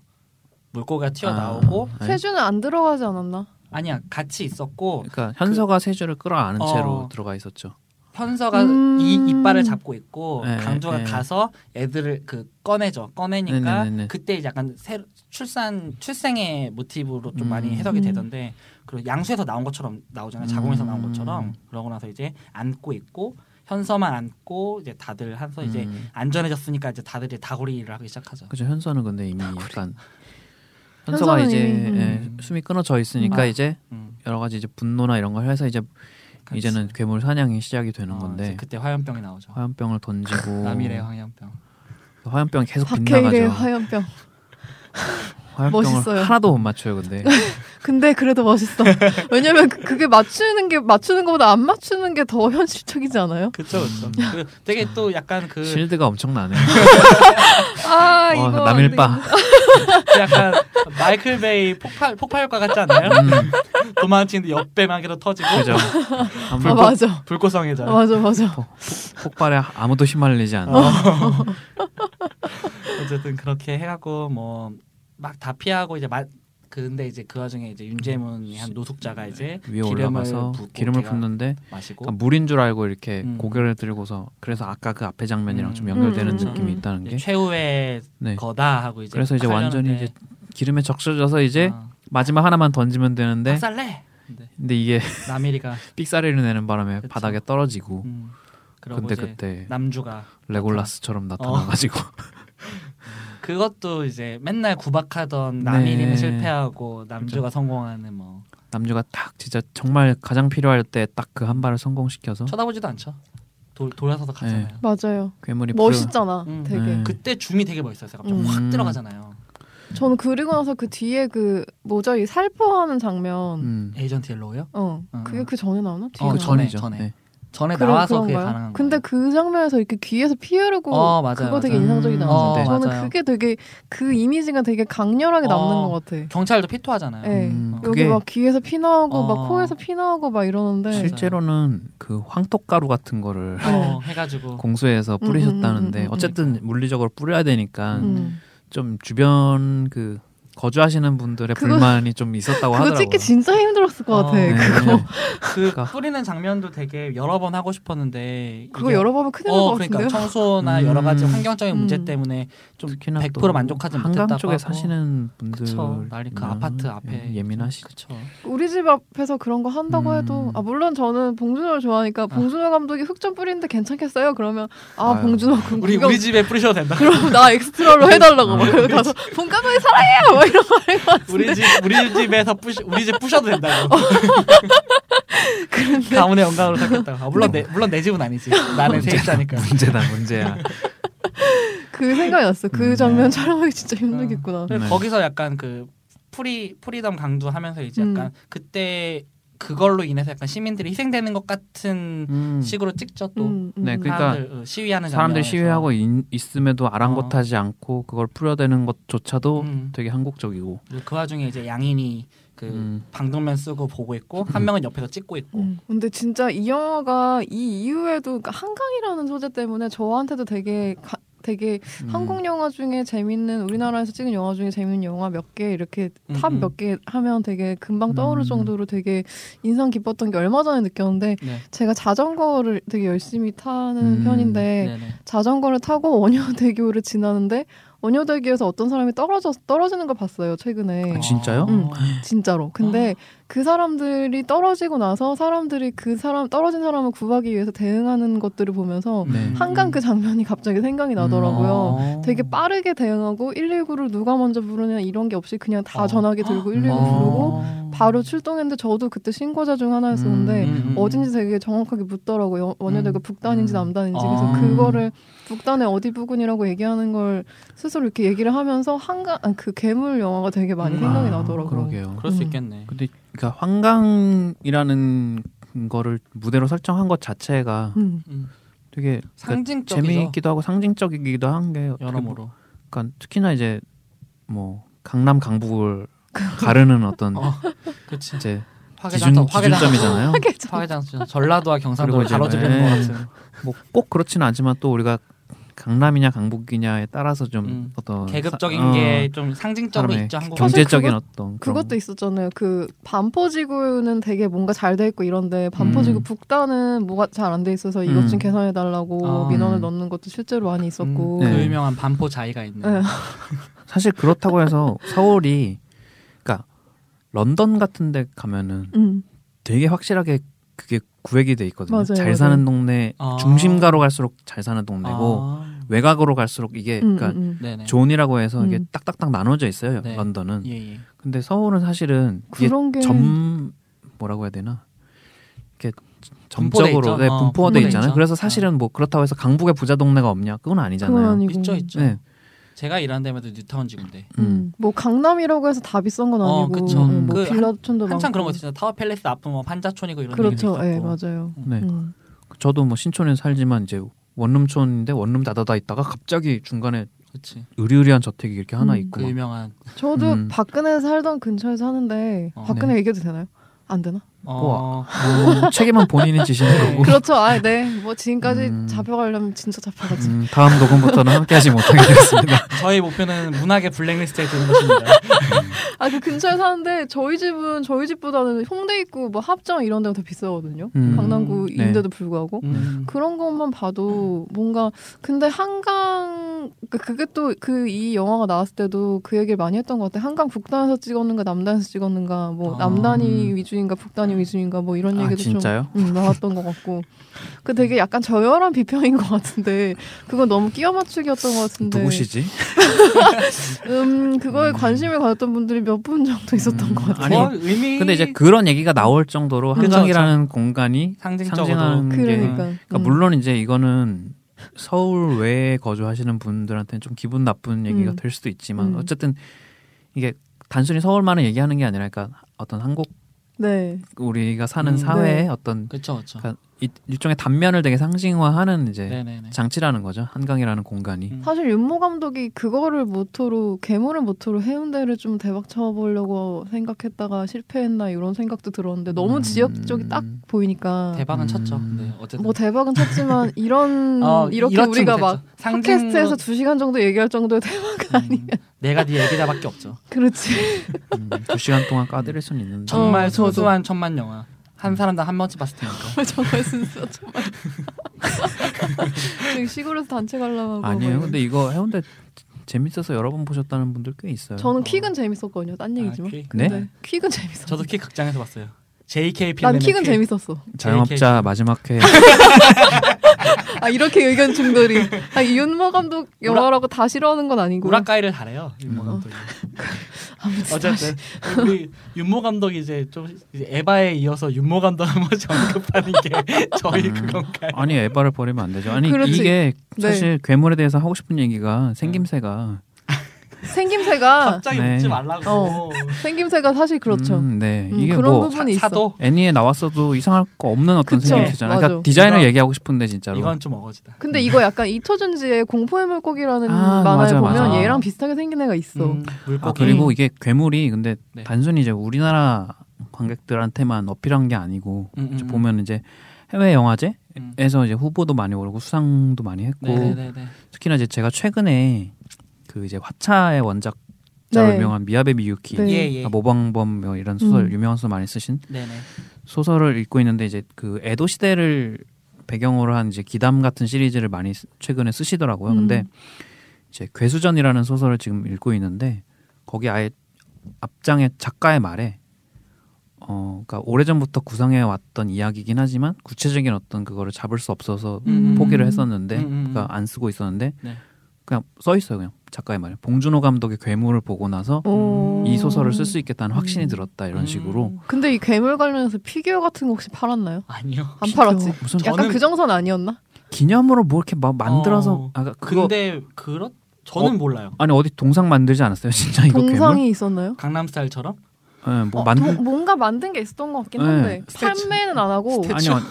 S2: 물고기가 튀어나오고
S4: 아, 네.
S3: 세주는 안 들어가지 않았나?
S2: 아니야 같이 있었고
S4: 그러니까 현서가 세주를 끌어안은
S2: 어.
S4: 채로 들어가 있었죠.
S2: 현서가
S3: 음.
S2: 이 이빨을 잡고 있고
S4: 네,
S2: 강조가
S4: 네.
S2: 가서 애들을 그 꺼내죠. 꺼내니까
S4: 네, 네, 네.
S2: 그때 이제 약간 새, 출산 출생의 모티브로 좀
S4: 음.
S2: 많이 해석이
S3: 음.
S2: 되던데 그리고 양수에서 나온 것처럼 나오잖아요. 자궁에서 나온
S4: 음.
S2: 것처럼 그러고 나서 이제 안고 있고 현서만 안고 이제 다들 한서 이제
S4: 음.
S2: 안전해졌으니까 이제 다들 이제 다구리를 하기 시작하죠.
S4: 그죠. 현서는 근데
S2: 아,
S4: 이미 약간 현서가
S3: 현서는
S4: 이제
S3: 이미,
S2: 음.
S4: 예, 숨이 끊어져 있으니까
S3: 아.
S4: 이제
S2: 음,
S4: 여러 가지 이제 분노나 이런 걸 해서 이제
S2: 그치.
S4: 그러니까 이제는 괴물 사냥이 시작이 되는
S2: 어, 이제
S4: 건데
S2: 그때 화염병이 나오죠.
S4: 화염병을 던지고
S2: 남일의 화염병.
S4: 화염병 계속
S3: 박해일의
S4: 빗나가죠.
S3: 아, 화염병.
S4: 화염병을
S3: 멋있어요.
S4: 하나도 못 맞춰요. 근데
S3: 근데 그래도 멋있어. 왜냐면 그- 그게 맞추는 게 맞추는 것보다 안 맞추는 게 더 현실적이지 않아요?
S2: 그쵸 그쵸. 그 되게 또 약간 그
S4: 실드가 엄청나네요.
S3: 아
S4: 어,
S3: 이거
S4: 남일바.
S2: 약간 마이클 베이 폭발 폭발 효과 같지 않나요? 도망치는데 옆배만 계속 터지고
S4: 음. 그죠.
S3: 아
S4: 한번
S3: 맞아.
S2: 불꽃성애자.
S3: 아, 맞아 맞아.
S4: 폭발에 아무도 휘말리지
S2: 어.
S4: 않아.
S2: 어쨌든 그렇게 해갖고 뭐 막 다 피하고 이제 마, 근데 이제 그 와중에 이제 윤재문이 한 노숙자가 이제
S4: 네. 위에
S2: 기름을
S4: 올라가서
S2: 붓고
S4: 기름을
S2: 걔가
S4: 붓는데
S2: 마시고
S4: 그러니까 물인 줄 알고 이렇게
S2: 음.
S4: 고개를 들고서 그래서 아까 그 앞에 장면이랑
S2: 음.
S4: 좀 연결되는
S3: 음, 음,
S4: 느낌이
S3: 음.
S4: 있다는
S2: 이제
S4: 게
S2: 최후의
S4: 네.
S2: 거다 하고 이제
S4: 그래서 이제 완전히
S2: 하려는데
S4: 이제 기름에 적셔져서 이제 네.
S2: 어,
S4: 마지막 하나만 던지면 되는데
S2: 박살내. 근데
S4: 근데 이게
S2: 남일이가
S4: 어. 삑사리를 내는 바람에
S2: 그쵸.
S4: 바닥에 떨어지고
S2: 음, 그러고
S4: 근데
S2: 이제 어.
S4: 그때
S2: 남주가
S4: 레골라스처럼 나타나가지고
S2: 그것도 이제 맨날 구박하던
S4: 네.
S2: 남일이는 실패하고 남주가 성공하는 뭐
S4: 남주가 딱 진짜 정말 가장 필요할 때 딱 그 한 발을
S3: 어?
S4: 성공시켜서
S2: 쳐다보지도 않죠. 돌 돌아서서
S3: 네.
S2: 가잖아요.
S3: 맞아요.
S4: 괴물이
S3: 멋있잖아.
S2: 음.
S3: 되게.
S4: 네.
S2: 그때 줌이 되게 멋있었어요. 갑자기
S3: 음.
S2: 확 들어가잖아요.
S3: 저는 그리고 나서 그 뒤에 그 모자이 살포하는 장면.
S4: 불어- 음.
S2: 에이전트 옐로우요?
S3: 어,
S2: 어.
S3: 그게 그 전에 나오나? 뒤에
S2: 어,
S3: 나오나?
S2: 그 전에,
S4: 전이죠.
S2: 전에.
S4: 네.
S2: 전에
S3: 그런-
S2: 나와서 그게
S3: 그런가요?
S2: 가능한
S3: 근데
S2: 거예요.
S3: 그 장면에서 이렇게 귀에서 피 흐르고
S2: 어, 맞아요,
S3: 그거
S2: 맞아요.
S3: 되게 인상적이다.
S4: 어,
S3: 요 저는
S2: 맞아요.
S3: 그게 되게 그 이미지가 되게 강렬하게 남는
S2: 어.
S3: 것 같아.
S2: 경찰도 피토하잖아요.
S3: 네.
S4: 음,
S3: 여기
S4: 그게
S3: 막 귀에서 피 나오고
S2: 어.
S3: 막 코에서 피 나오고 막 이러는데
S2: 실-
S4: 실제로는 그 황토가루 같은 거를
S3: 네.
S2: 어, 해가지고
S4: 공수해서 뿌리셨다는데
S3: 음, 음, 음, 음, 음.
S4: 어쨌든 물리적으로 뿌려야 되니까
S3: 음.
S4: 좀 주변 그 거주하시는 분들의
S3: 그거-
S4: 불만이 좀 있었다고
S3: 그거
S4: 하더라고요.
S3: 찍기 진짜 힘들었을 것 같아.
S2: 어, 네.
S3: 그거
S2: 그 뿌리는 장면도 되게 여러 번 하고 싶었는데
S3: 그러니까. 그거
S2: 이게-
S3: 여러 번 하면 큰일 날
S2: 어
S3: 것
S2: 그러니까
S3: 같은데요.
S2: 청소나 여러 가지
S4: 음.
S2: 환경적인 문제
S3: 음.
S2: 때문에 좀
S4: 특히나
S2: 100%
S4: 또
S2: 만족하지
S4: 한강
S2: 못했다고
S4: 쪽에
S2: 하고.
S4: 사시는 분들 음, 예,
S2: 그쵸. 난리
S3: 음.
S2: 그 아파트 앞에
S4: 예민하시죠.
S2: 그쵸.
S3: 우리 집 앞에서 그런 거 한다고
S4: 음.
S3: 해도 아 물론 저는 봉준호를 좋아하니까 봉준호 감독이 흑점 뿌리는데 괜찮겠어요? 그러면 아
S4: 아유.
S3: 봉준호 그럼
S2: 우리
S3: 이거
S2: 우리 집에 뿌리셔도 된다.
S3: 그럼 나 엑스트라로 해달라고 막
S4: 아,
S3: 그래서 가서 봉 감독이 사랑해요 막 이런 말인 것 같은데 어,
S2: 우리 집 우리 집에서 뿌시 우리 집 뿌셔도 된다고.
S3: 그런데
S2: 가문의 영광으로 살겠다고. 아, 물론 내 물론 내 집은 아니지. 나는 세입자니까.
S4: 문제다 문제야.
S3: 그 생각이 났어
S4: 음, 네.
S3: 그 장면 촬영하기 진짜 힘들겠구나
S2: 그래서
S4: 네.
S2: 거기서 약간 그 프리 프리덤 강조하면서 이제 약간
S3: 음.
S2: 그때 그걸로 인해서 약간 시민들이 희생되는 것 같은
S4: 음.
S2: 식으로 찍죠 또
S3: 음, 음,
S4: 네,
S3: 음.
S4: 그러니까
S2: 사람들 어, 시위하는
S4: 사람들이
S2: 장면에서. 어.
S4: 시위하고 있, 있음에도 아랑곳하지 않고 그걸 풀어대는 것조차도
S2: 음.
S4: 되게 한국적이고
S2: 그리고 그 와중에 이제 양인이 그
S4: 음.
S2: 방독면 쓰고 보고 있고 한 명은 옆에서 찍고 있고
S3: 음. 근데 진짜 이 영화가 이 이후에도 그러니까 한강이라는 소재 때문에 저한테도 되게 가- 되게
S4: 음.
S3: 한국 영화 중에 재밌는 우리나라에서 찍은 영화 중에 재밌는 영화 몇 개 이렇게
S2: 음,
S3: 탑
S2: 음.
S3: 몇 개 하면 되게 금방 떠오를
S4: 음.
S3: 정도로 되게 인상 깊었던 게 얼마 전에 느꼈는데
S2: 네.
S3: 제가 자전거를 되게 열심히 타는
S4: 음.
S3: 편인데
S2: 네네.
S3: 자전거를 타고 원효대교를 지나는데 원효대교에서 어떤 사람이 떨어져 떨어지는 걸 봤어요 최근에
S4: 아, 진짜요?
S3: 음. 진짜로 근데 그 사람들이 떨어지고 나서 사람들이 그 사람 떨어진 사람을 구하기 위해서 대응하는 것들을 보면서
S4: 네. 아.
S3: 한강 그 장면이 갑자기 생각이 나더라고요.
S2: 음.
S3: 되게 빠르게 대응하고 119를 누가 먼저 부르냐 이런 게 없이 그냥 다
S2: 어.
S3: 전화기 들고 119 부르고
S4: 아.
S3: 바로 출동했는데 저도 그때 신고자 중 하나였었는데
S2: 음, 음.
S3: 어딘지 되게 정확하게 묻더라고요. 원효대가
S2: 음.
S3: 북단인지
S4: 음.
S3: 남단인지
S2: 아.
S3: 그래서 그거를 북단의 어디 부근이라고 얘기하는 걸 스스로 이렇게 얘기를 하면서 한강 아니, 그 괴물 영화가 되게 많이
S2: 음.
S3: 생각이
S2: 아,
S3: 나더라고요.
S4: 그러게요.
S2: 그럴 수
S3: 음.
S2: 있겠네.
S4: 근데 그러니까 환강이라는 거를 무대로 설정한 것 자체가
S3: 음.
S2: 음.
S4: 되게
S2: 상징적이죠.
S4: 그 재미있기도 하고 상징적이기도 한 게그
S2: 여러모로.
S4: 그러니까 특히나 이제 뭐 강남 강북을 가르는 어떤
S2: 그 어, 그치.
S4: 이제 네. 기준
S2: 화개장터, 화개장터.
S4: 기준점이잖아요.
S2: 화개장터. 전라도와 경상도를
S4: 그리고 이제
S2: 가로지르는
S4: 네.
S2: 것 같은.
S4: 뭐 꼭 그렇진 않지만 또 우리가 강남이냐 강북이냐에 따라서 좀
S2: 음,
S4: 어떤
S2: 계급적인
S4: 사- 어,
S2: 게 좀 상징적으로
S4: 사람의
S2: 있죠 한국.
S3: 사실
S4: 경제적인
S3: 그것-
S4: 어떤 그런
S3: 그것도 있었잖아요. 그 반포지구는 되게 뭔가 잘 돼 있고 이런데 반포지구
S4: 음.
S3: 북단은 뭐가 잘 안 돼 있어서 이것
S4: 음.
S3: 좀 개선해 달라고
S2: 아.
S3: 민원을
S4: 음.
S3: 넣는 것도 실제로 많이 있었고.
S4: 네.
S2: 그 유명한 반포 자이가 있는.
S3: 네.
S4: 사실 그렇다고 해서 서울이 그러니까 런던 같은 데 가면은
S3: 음.
S4: 되게 확실하게 그게 구획이 돼 있거든요.
S3: 맞아요,
S4: 잘
S3: 맞아요.
S4: 사는 동네
S2: 아.
S4: 중심가로 갈수록 잘 사는 동네고
S2: 아,
S4: 외곽으로 갈수록 이게
S3: 음,
S4: 그러니까
S3: 음, 음.
S2: 네네.
S4: 존이라고 해서 이게
S3: 음.
S4: 딱딱딱 나눠져 있어요.
S2: 네.
S4: 런던은.
S2: 예, 예.
S4: 근데 서울은 사실은 이게
S3: 그런 게 음.
S4: 점 뭐라고 해야 되나 이렇게
S2: 분포돼
S4: 점적으로
S2: 있죠.
S4: 네,
S2: 어,
S4: 분포화돼
S3: 분포돼
S4: 있잖아요.
S2: 있죠. 네.
S4: 그래서 사실은 뭐 그렇다고 해서 강북에 부자 동네가 없냐 그건
S3: 그건
S4: 아니잖아요.
S3: 아니고.
S2: 있죠 있죠.
S4: 네,
S2: 제가 일하는 데마다 뉴타운 지구인데
S4: 음.
S3: 음. 뭐 강남이라고 해서 다 비싼 건
S2: 어,
S3: 아니고
S2: 그쵸.
S3: 음, 뭐
S2: 그
S3: 빌라촌도
S2: 한창
S3: 많고.
S2: 그런 거 있잖아요. 타워 팰리스 앞은 뭐 판자촌이고 이런
S3: 그렇죠.
S2: 얘기도
S3: 예,
S2: 있었고.
S3: 맞아요.
S4: 네.
S3: 음.
S4: 저도 뭐 신촌에 살지만 이제 원룸촌인데 원룸 다다다 있다가 갑자기 중간에
S2: 그렇지.
S4: 으리으리한 저택이 이렇게 하나
S3: 음.
S4: 있고
S2: 그
S4: 막
S2: 유명한
S3: 저도
S4: 음.
S3: 박근혜 살던 근처에 사는데
S2: 어,
S3: 박근혜 얘기해도 되나요? 안 되나?
S2: 어,
S4: 음, 책임은 본인이 지시는 거고
S3: 그렇죠. 아, 네. 뭐 지금까지
S4: 음.
S3: 잡혀가려면 진짜
S2: 그렇죠.
S3: 잡혀가지.
S4: 음, 다음 녹음부터는 함께하지 못하게 됐습니다.
S2: 저희 목표는 문학의 블랙리스트에 드는 것입니다.
S3: 아 그 근처에 사는데 저희 집은 저희 집보다는 홍대 입구 뭐 합정 이런 데가 더 비싸거든요.
S4: 음.
S3: 강남구인데도 불구하고
S2: 음.
S3: 그런 것만 봐도 뭔가 근데 한강 그- 그게 또 그 이 영화가 나왔을 때도 그 얘기를 많이 했던 것 같아. 요 한강 북단에서 찍었는가 남단에서 찍었는가 뭐
S2: 아.
S3: 남단이 위주인가 북단이 위주인가 뭐 이런
S4: 아
S3: 얘기도 좀
S4: 진짜요?
S3: 음, 나왔던 것 같고 그 되게 약간 저열한 비평인 것 같은데 그건 너무 끼어 맞추기였던 것 같은데
S4: 누구시지?
S3: 음 그거에
S4: 음.
S3: 관심을 가졌던 분들이 몇 분 정도 있었던
S4: 음,
S3: 것 같아요.
S4: 아니,
S2: 뭐 의미
S4: 근데 이제 그런 얘기가 나올 정도로
S2: 그쵸, 그쵸.
S4: 한강이라는 공간이
S2: 상징적으로
S4: 상징하는 게
S3: 그러니까.
S4: 그러니까
S3: 음.
S4: 물론 이제 이거는 서울 외에 거주하시는 분들한테는 좀 기분 나쁜 얘기가
S3: 음.
S4: 될 수도 있지만
S3: 음.
S4: 어쨌든 이게 단순히 서울만을 얘기하는 게 아니라 그러니까 어떤 한국
S3: 네.
S4: 우리가 사는
S2: 음.
S4: 사회의
S3: 네.
S4: 어떤
S2: 그렇죠 그렇죠.
S4: 그러니까 이- 일종의 단면을 되게 상징화하는 이제
S2: 네네네.
S4: 장치라는 거죠. 한강이라는 공간이.
S2: 음.
S3: 사실 윤모 감독이 그거를 모토로 괴물을 모토로 해운대를 좀 대박 쳐보려고 생각했다가 실패했나 이런 생각도 들었는데 너무
S4: 음.
S3: 지역 쪽이 딱 보이니까
S2: 대박은
S4: 음.
S2: 쳤죠. 네, 어쨌든
S3: 뭐 대박은 쳤지만 이런
S2: 어,
S3: 이렇게
S2: 이렇진
S3: 우리가
S2: 못했죠.
S3: 막
S2: 상징으로-
S3: 팟캐스트에서 두 시간 정도 얘기할 정도의 대박
S2: 음, 내가 네 얘기자밖에 없죠.
S3: 그렇지
S4: 음, 두 시간 동안 까드릴 수는 있는데.
S2: 정말
S3: 어, 저도.
S2: 소소한 천만 영화 한 사람당 한 번씩 봤을 테니까.
S3: 정말 진짜 정말 저기 시골에서 단체 관람하고
S4: 아니에요.
S3: 막
S4: 근데 이거 해운대 재밌어서 여러 번 보셨다는 분들 꽤 있어요.
S3: 저는 퀵은 재밌었거든요
S2: 아,
S3: 딴 얘기지만
S2: 퀵?
S3: 근데
S4: 네?
S3: 퀵은 재밌었어
S2: 저도 킥 극장에서 봤어요. JK
S3: 난
S2: 필름의
S3: 퀵은
S2: 킥.
S3: 재밌었어
S4: 자영업자 마지막 회
S3: 아 이렇게 의견 충돌이 아 윤모 감독 영화라고 다 싫어하는 건 아니고
S2: 우라카이를 잘해요 윤모
S4: 음.
S3: 어.
S2: 감독이.
S3: 아무튼
S2: 어쨌든 우리 윤모 감독이 이제 좀 이제 에바에 이어서 윤모 감독 한 번씩 언급하는 게 저희
S4: 음.
S2: 그건가요?
S4: 아니 에바를 버리면 안 되죠. 아니
S3: 그렇지.
S4: 이게
S3: 네.
S4: 사실 괴물에 대해서 하고 싶은 얘기가 생김새가
S3: 생김새가
S2: 갑자기
S4: 네.
S2: 묻지 말라고.
S3: 아. 어. 생김새가 사실 그렇죠
S4: 음, 네
S3: 음,
S4: 이게
S3: 그런
S4: 뭐
S3: 부분이 있어
S2: 사도
S4: 애니에 나왔어도 이상할 거 없는 어떤
S3: 그쵸,
S4: 생김새잖아요.
S3: 맞아.
S4: 그러니까 디자인을
S2: 이건-
S4: 얘기하고 싶은데 진짜로.
S2: 이건 좀 어거지다.
S3: 근데 이거 약간 이토준지의 공포의 물고기라는
S4: 아,
S3: 만화에
S4: 맞아,
S3: 보면
S2: 맞아.
S3: 얘랑 비슷하게 생긴 애가 있어
S2: 음, 물고기.
S4: 아, 그리고 이게 괴물이 근데
S2: 네.
S4: 단순히 이제 우리나라 관객들한테만 어필한 게 아니고
S2: 음, 음,
S4: 이제
S2: 음.
S4: 보면 이제 해외 영화제에서
S2: 음.
S4: 이제 후보도 많이 오르고 수상도 많이 했고
S2: 네네네.
S4: 특히나 이제 제가 최근에 그 이제 화차의 원작자로
S3: 네.
S4: 유명한 미야베 미유키
S3: 네.
S2: 예예.
S4: 아, 모방범 뭐 이런 소설
S3: 음.
S4: 유명한 소설 많이 쓰신
S2: 네네.
S4: 소설을 읽고 있는데 이제 그 에도 시대를 배경으로 한 이제 기담 같은 시리즈를 많이 쓰- 최근에 쓰시더라고요.
S3: 음.
S4: 근데 이제 괴수전이라는 소설을 지금 읽고 있는데 거기 아예 앞장에 작가의 말에 어 그러니까 오래전부터 구성해 왔던 이야기이긴 하지만 구체적인 어떤 그거를 잡을 수 없어서
S2: 음.
S4: 포기를 했었는데
S2: 음, 음, 음.
S4: 그러니까 안 쓰고 있었는데
S2: 네.
S4: 그냥 써 있어요 그냥 작가의 말에 봉준호 감독의 괴물을 보고 나서
S3: 오.
S4: 음, 이 소설을 쓸 수 있겠다는 확신이
S3: 음.
S4: 들었다 이런 식으로
S2: 음.
S3: 어. 근데 이 괴물 관련해서 피규어 같은 거 혹시 팔았나요?
S2: 아니요.
S3: 안 팔았지
S4: 무슨
S3: 약간
S2: 저는-
S3: 그 정선 아니었나?
S4: 기념으로 뭐 이렇게 막 만들어서
S2: 어,
S4: 아 그거
S2: 근데 그렇 저는 몰라요.
S4: 아니 어디 동상 만들지 않았어요 진짜 이거 괴물?
S3: 동상이 있었나요?
S2: 강남스타일처럼
S4: 예, 뭐
S3: 어,
S4: 만들
S3: 동- 뭔가 만든 게 있었던 것 같긴
S4: 네.
S3: 한데
S2: 스태츄.
S3: 판매는 안 하고
S2: 스태-
S4: 아니 아니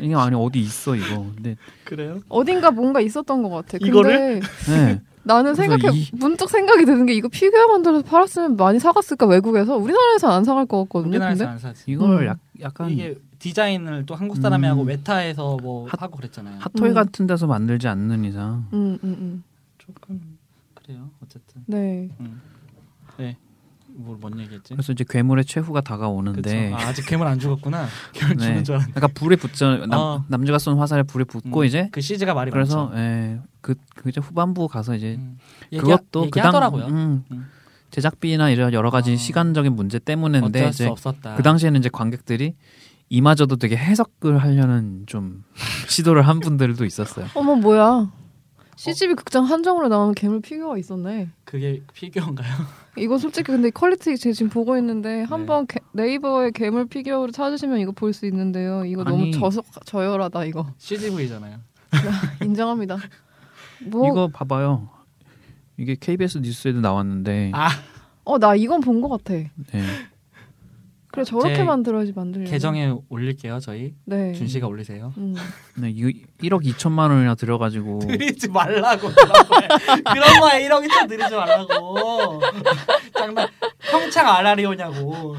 S4: 이게 아니 어디 있어 이거 근데
S2: 그래요?
S3: 어딘가 뭔가 있었던 것 같아. 근데
S2: 이거를?
S4: 예.
S3: 나는
S4: 그래서
S3: 생각해
S4: 이-
S3: 문득 생각이 드는 게 이거 피규어 만들어서 팔았으면 많이 사갔을까 외국에서 우리나라에서 안 사갈 것 같거든요.
S2: 우리나라에서
S3: 근데
S2: 안 사지.
S4: 이걸
S3: 음.
S4: 약, 약간
S2: 이게 디자인을 또 한국 사람이
S4: 음.
S2: 하고 외타에서 뭐
S4: 핫-
S2: 하고 그랬잖아요.
S4: 핫토이
S3: 음.
S4: 같은 데서 만들지 않는 이상
S3: 음, 음, 음.
S2: 조금 그래요. 어쨌든.
S3: 네.
S2: 음. 네. 뭘 뭔 얘기했지?
S4: 그래서 이제 괴물의 최후가
S2: 그쵸.
S4: 다가오는데
S2: 아, 아직 괴물 안 죽었구나. 괴물
S4: 네.
S2: 죽는 줄 알았는데.
S4: 그러니까 불에 붙죠 남,
S2: 어.
S4: 남자가 쏜 화살에 불에 붙고
S2: 음,
S4: 이제
S2: 그 CG가 말이
S4: 네. 그래서
S2: 많죠.
S4: 예, 그, 그 이제 후반부 가서 이제
S2: 음. 얘기,
S4: 그것도 그당
S2: 얘기하더라고요.
S4: 음,
S2: 음.
S4: 제작비나 이런 여러 가지
S2: 어.
S4: 시간적인 문제 때문인데
S2: 어쩔 수
S4: 이제
S2: 없었다.
S4: 그 당시에는 이제 관객들이 이마저도 되게 해석을 하려는 좀 시도를 한 분들도 있었어요.
S3: 어머 뭐야? CGV 극장 한정으로 나오는 괴물 피규어가 있었네.
S2: 그게 피규어인가요?
S3: 이거 솔직히 근데 퀄리티 제가 지금 보고
S2: 네.
S3: 있는데 한번 개- 네이버에 괴물 피규어를 찾으시면 이거 볼 수 있는데요. 이거
S4: 아니.
S3: 너무 저속 저열하다 이거.
S2: CGV잖아요.
S3: 인정합니다. 뭐
S4: 이거 봐봐요. 이게 KBS 뉴스에도 나왔는데
S2: 아,
S3: 어 나 이건 본 것 같아.
S4: 네.
S3: 그래 저렇게
S2: 제
S3: 만들어야지
S4: 음.
S3: 만들려.
S2: 계정에 올릴게요, 저희.
S3: 네.
S2: 준 씨가 올리세요.
S3: 음.
S4: 네, 이거 1억 2천만 원이나 들어가지고
S2: 드리지 말라고. 그런 거에. 그런 거에 1억 2천 드리지 말라고. 장난. 평창 아라리오냐고.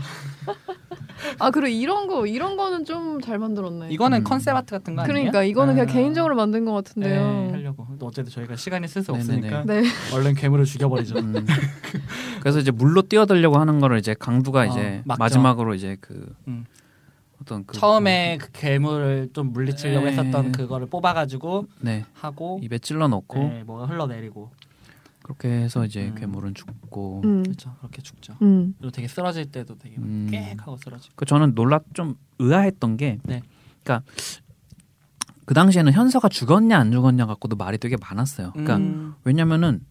S3: 아 그리고 이런 거 이런 거는 좀 잘 만들었네.
S2: 이거는
S4: 음.
S2: 컨셉 아트 같은 거 아니에요?
S3: 그러니까 이거는 그냥
S2: 아.
S3: 개인적으로 만든 것
S2: 네,
S3: 같은데요.
S2: 하려고. 근데 어쨌든 저희가 시간이 슬슬
S4: 네네네.
S2: 없으니까
S3: 네.
S2: 얼른 괴물을 죽여버리죠.
S4: 음. 그래서 이제 물로 뛰어들려고 하는 거를 이제 강두가
S2: 어,
S4: 이제
S2: 막죠.
S4: 마지막으로 이제 그
S2: 음.
S4: 어떤 그
S2: 처음에 그 괴물을 좀 물리치려고
S4: 네.
S2: 했었던 그거를 뽑아가지고
S4: 네
S2: 하고
S4: 입에 찔러 넣고
S2: 네, 뭐가 흘러내리고
S4: 그렇게 해서 이제
S2: 음.
S4: 괴물은 죽고
S3: 음.
S2: 그렇죠. 그렇게 죽죠.
S3: 음.
S2: 그리고 되게 쓰러질 때도 되게 막
S4: 음.
S2: 깨하고 쓰러지고.
S4: 그 저는 놀라 좀 의아했던 게
S2: 네.
S4: 그러니까 그 당시에는 현서가 죽었냐 안 죽었냐 갖고도 말이 되게 많았어요. 그러니까
S2: 음.
S4: 왜냐면은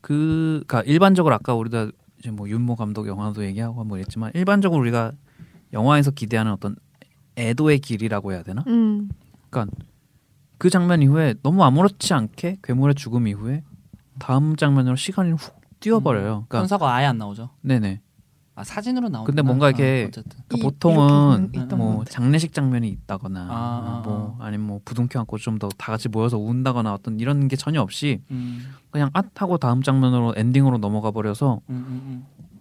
S4: 그 그러니까 일반적으로 아까 우리가 이제 뭐 윤모 감독 영화도 얘기하고 뭐 했지만 일반적으로 우리가 영화에서 기대하는 어떤 애도의 길이라고 해야
S2: 그러니까
S4: 되나?
S3: 음.
S4: 그 장면 이후에 너무 아무렇지 않게 괴물의 죽음 이후에 다음 장면으로 시간이 훅 뛰어버려요. 그러니까
S2: 현서가 아예 안 나오죠.
S4: 네네
S2: 아 사진으로 나오는.
S4: 근데 뭔가 이렇게
S2: 어쨌든.
S4: 그러니까
S3: 이-
S4: 보통은
S3: 이렇게 있던
S4: 뭐
S3: 건데.
S4: 장례식 장면이 있다거나
S2: 아,
S4: 뭐 아니면 뭐 부둥켜 안고 좀 더 다 같이 모여서 운다거나 어떤 이런 게 전혀 없이
S2: 음,
S4: 그냥 앗 하고 다음 장면으로 엔딩으로 넘어가 버려서
S2: 음, 음, 음.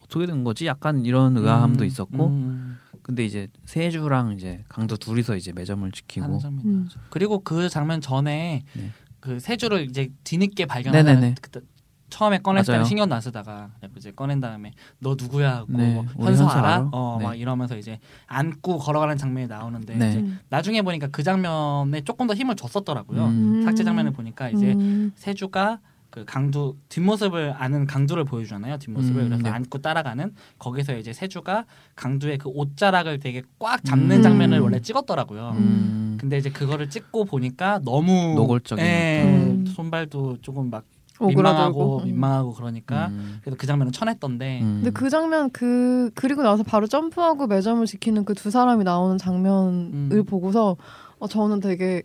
S4: 어떻게 된 거지? 약간 이런 의아함도
S2: 음,
S4: 있었고
S2: 음,
S4: 근데 이제 세주랑 이제 강도 둘이서 이제 매점을
S2: 음.
S4: 지키고
S2: 하는 장면이
S3: 음.
S2: 나오죠. 그리고 그 장면 전에
S4: 네.
S2: 그 세주를 이제 뒤늦게
S4: 네네네.
S2: 발견하는 그때 처음에 꺼냈을
S4: 맞아요.
S2: 때는 신경 안 쓰다가 그래서 이제 꺼낸 다음에 너 누구야 하고
S4: 네,
S2: 뭐
S4: 우리
S2: 현서
S4: 현서
S2: 알아?
S4: 알아?
S2: 어,
S4: 네.
S2: 막 이러면서 이제 안고 걸어가는 장면이 나오는데
S4: 네.
S2: 이제
S3: 음.
S2: 나중에 보니까 그 장면에 조금 더 힘을 줬었더라고요.
S4: 음.
S2: 삭제 장면을 보니까 아, 이제
S3: 음.
S2: 세주가 그 강두 뒷모습을 아는 강두를 보여주잖아요. 뒷모습을
S4: 음,
S2: 그래서
S4: 네.
S2: 안고 따라가는 거기서 이제 세주가 강두의 그 옷자락을 되게 꽉 잡는
S4: 음.
S2: 장면을 원래 찍었더라고요.
S4: 음.
S2: 근데 이제 그거를 찍고 보니까 너무
S4: 노골적이니까.
S2: 예,
S3: 음.
S2: 손발도 조금 막 민망하고
S3: 오그라들고. 음.
S2: 민망하고 그러니까
S4: 음.
S2: 그래서 그 장면은 쳐냈던데
S4: 음.
S3: 근데 그 장면 그 그리고 나서 바로 점프하고 매점을 지키는 그 두 사람이 나오는 장면을
S2: 음.
S3: 보고서 어, 저는 되게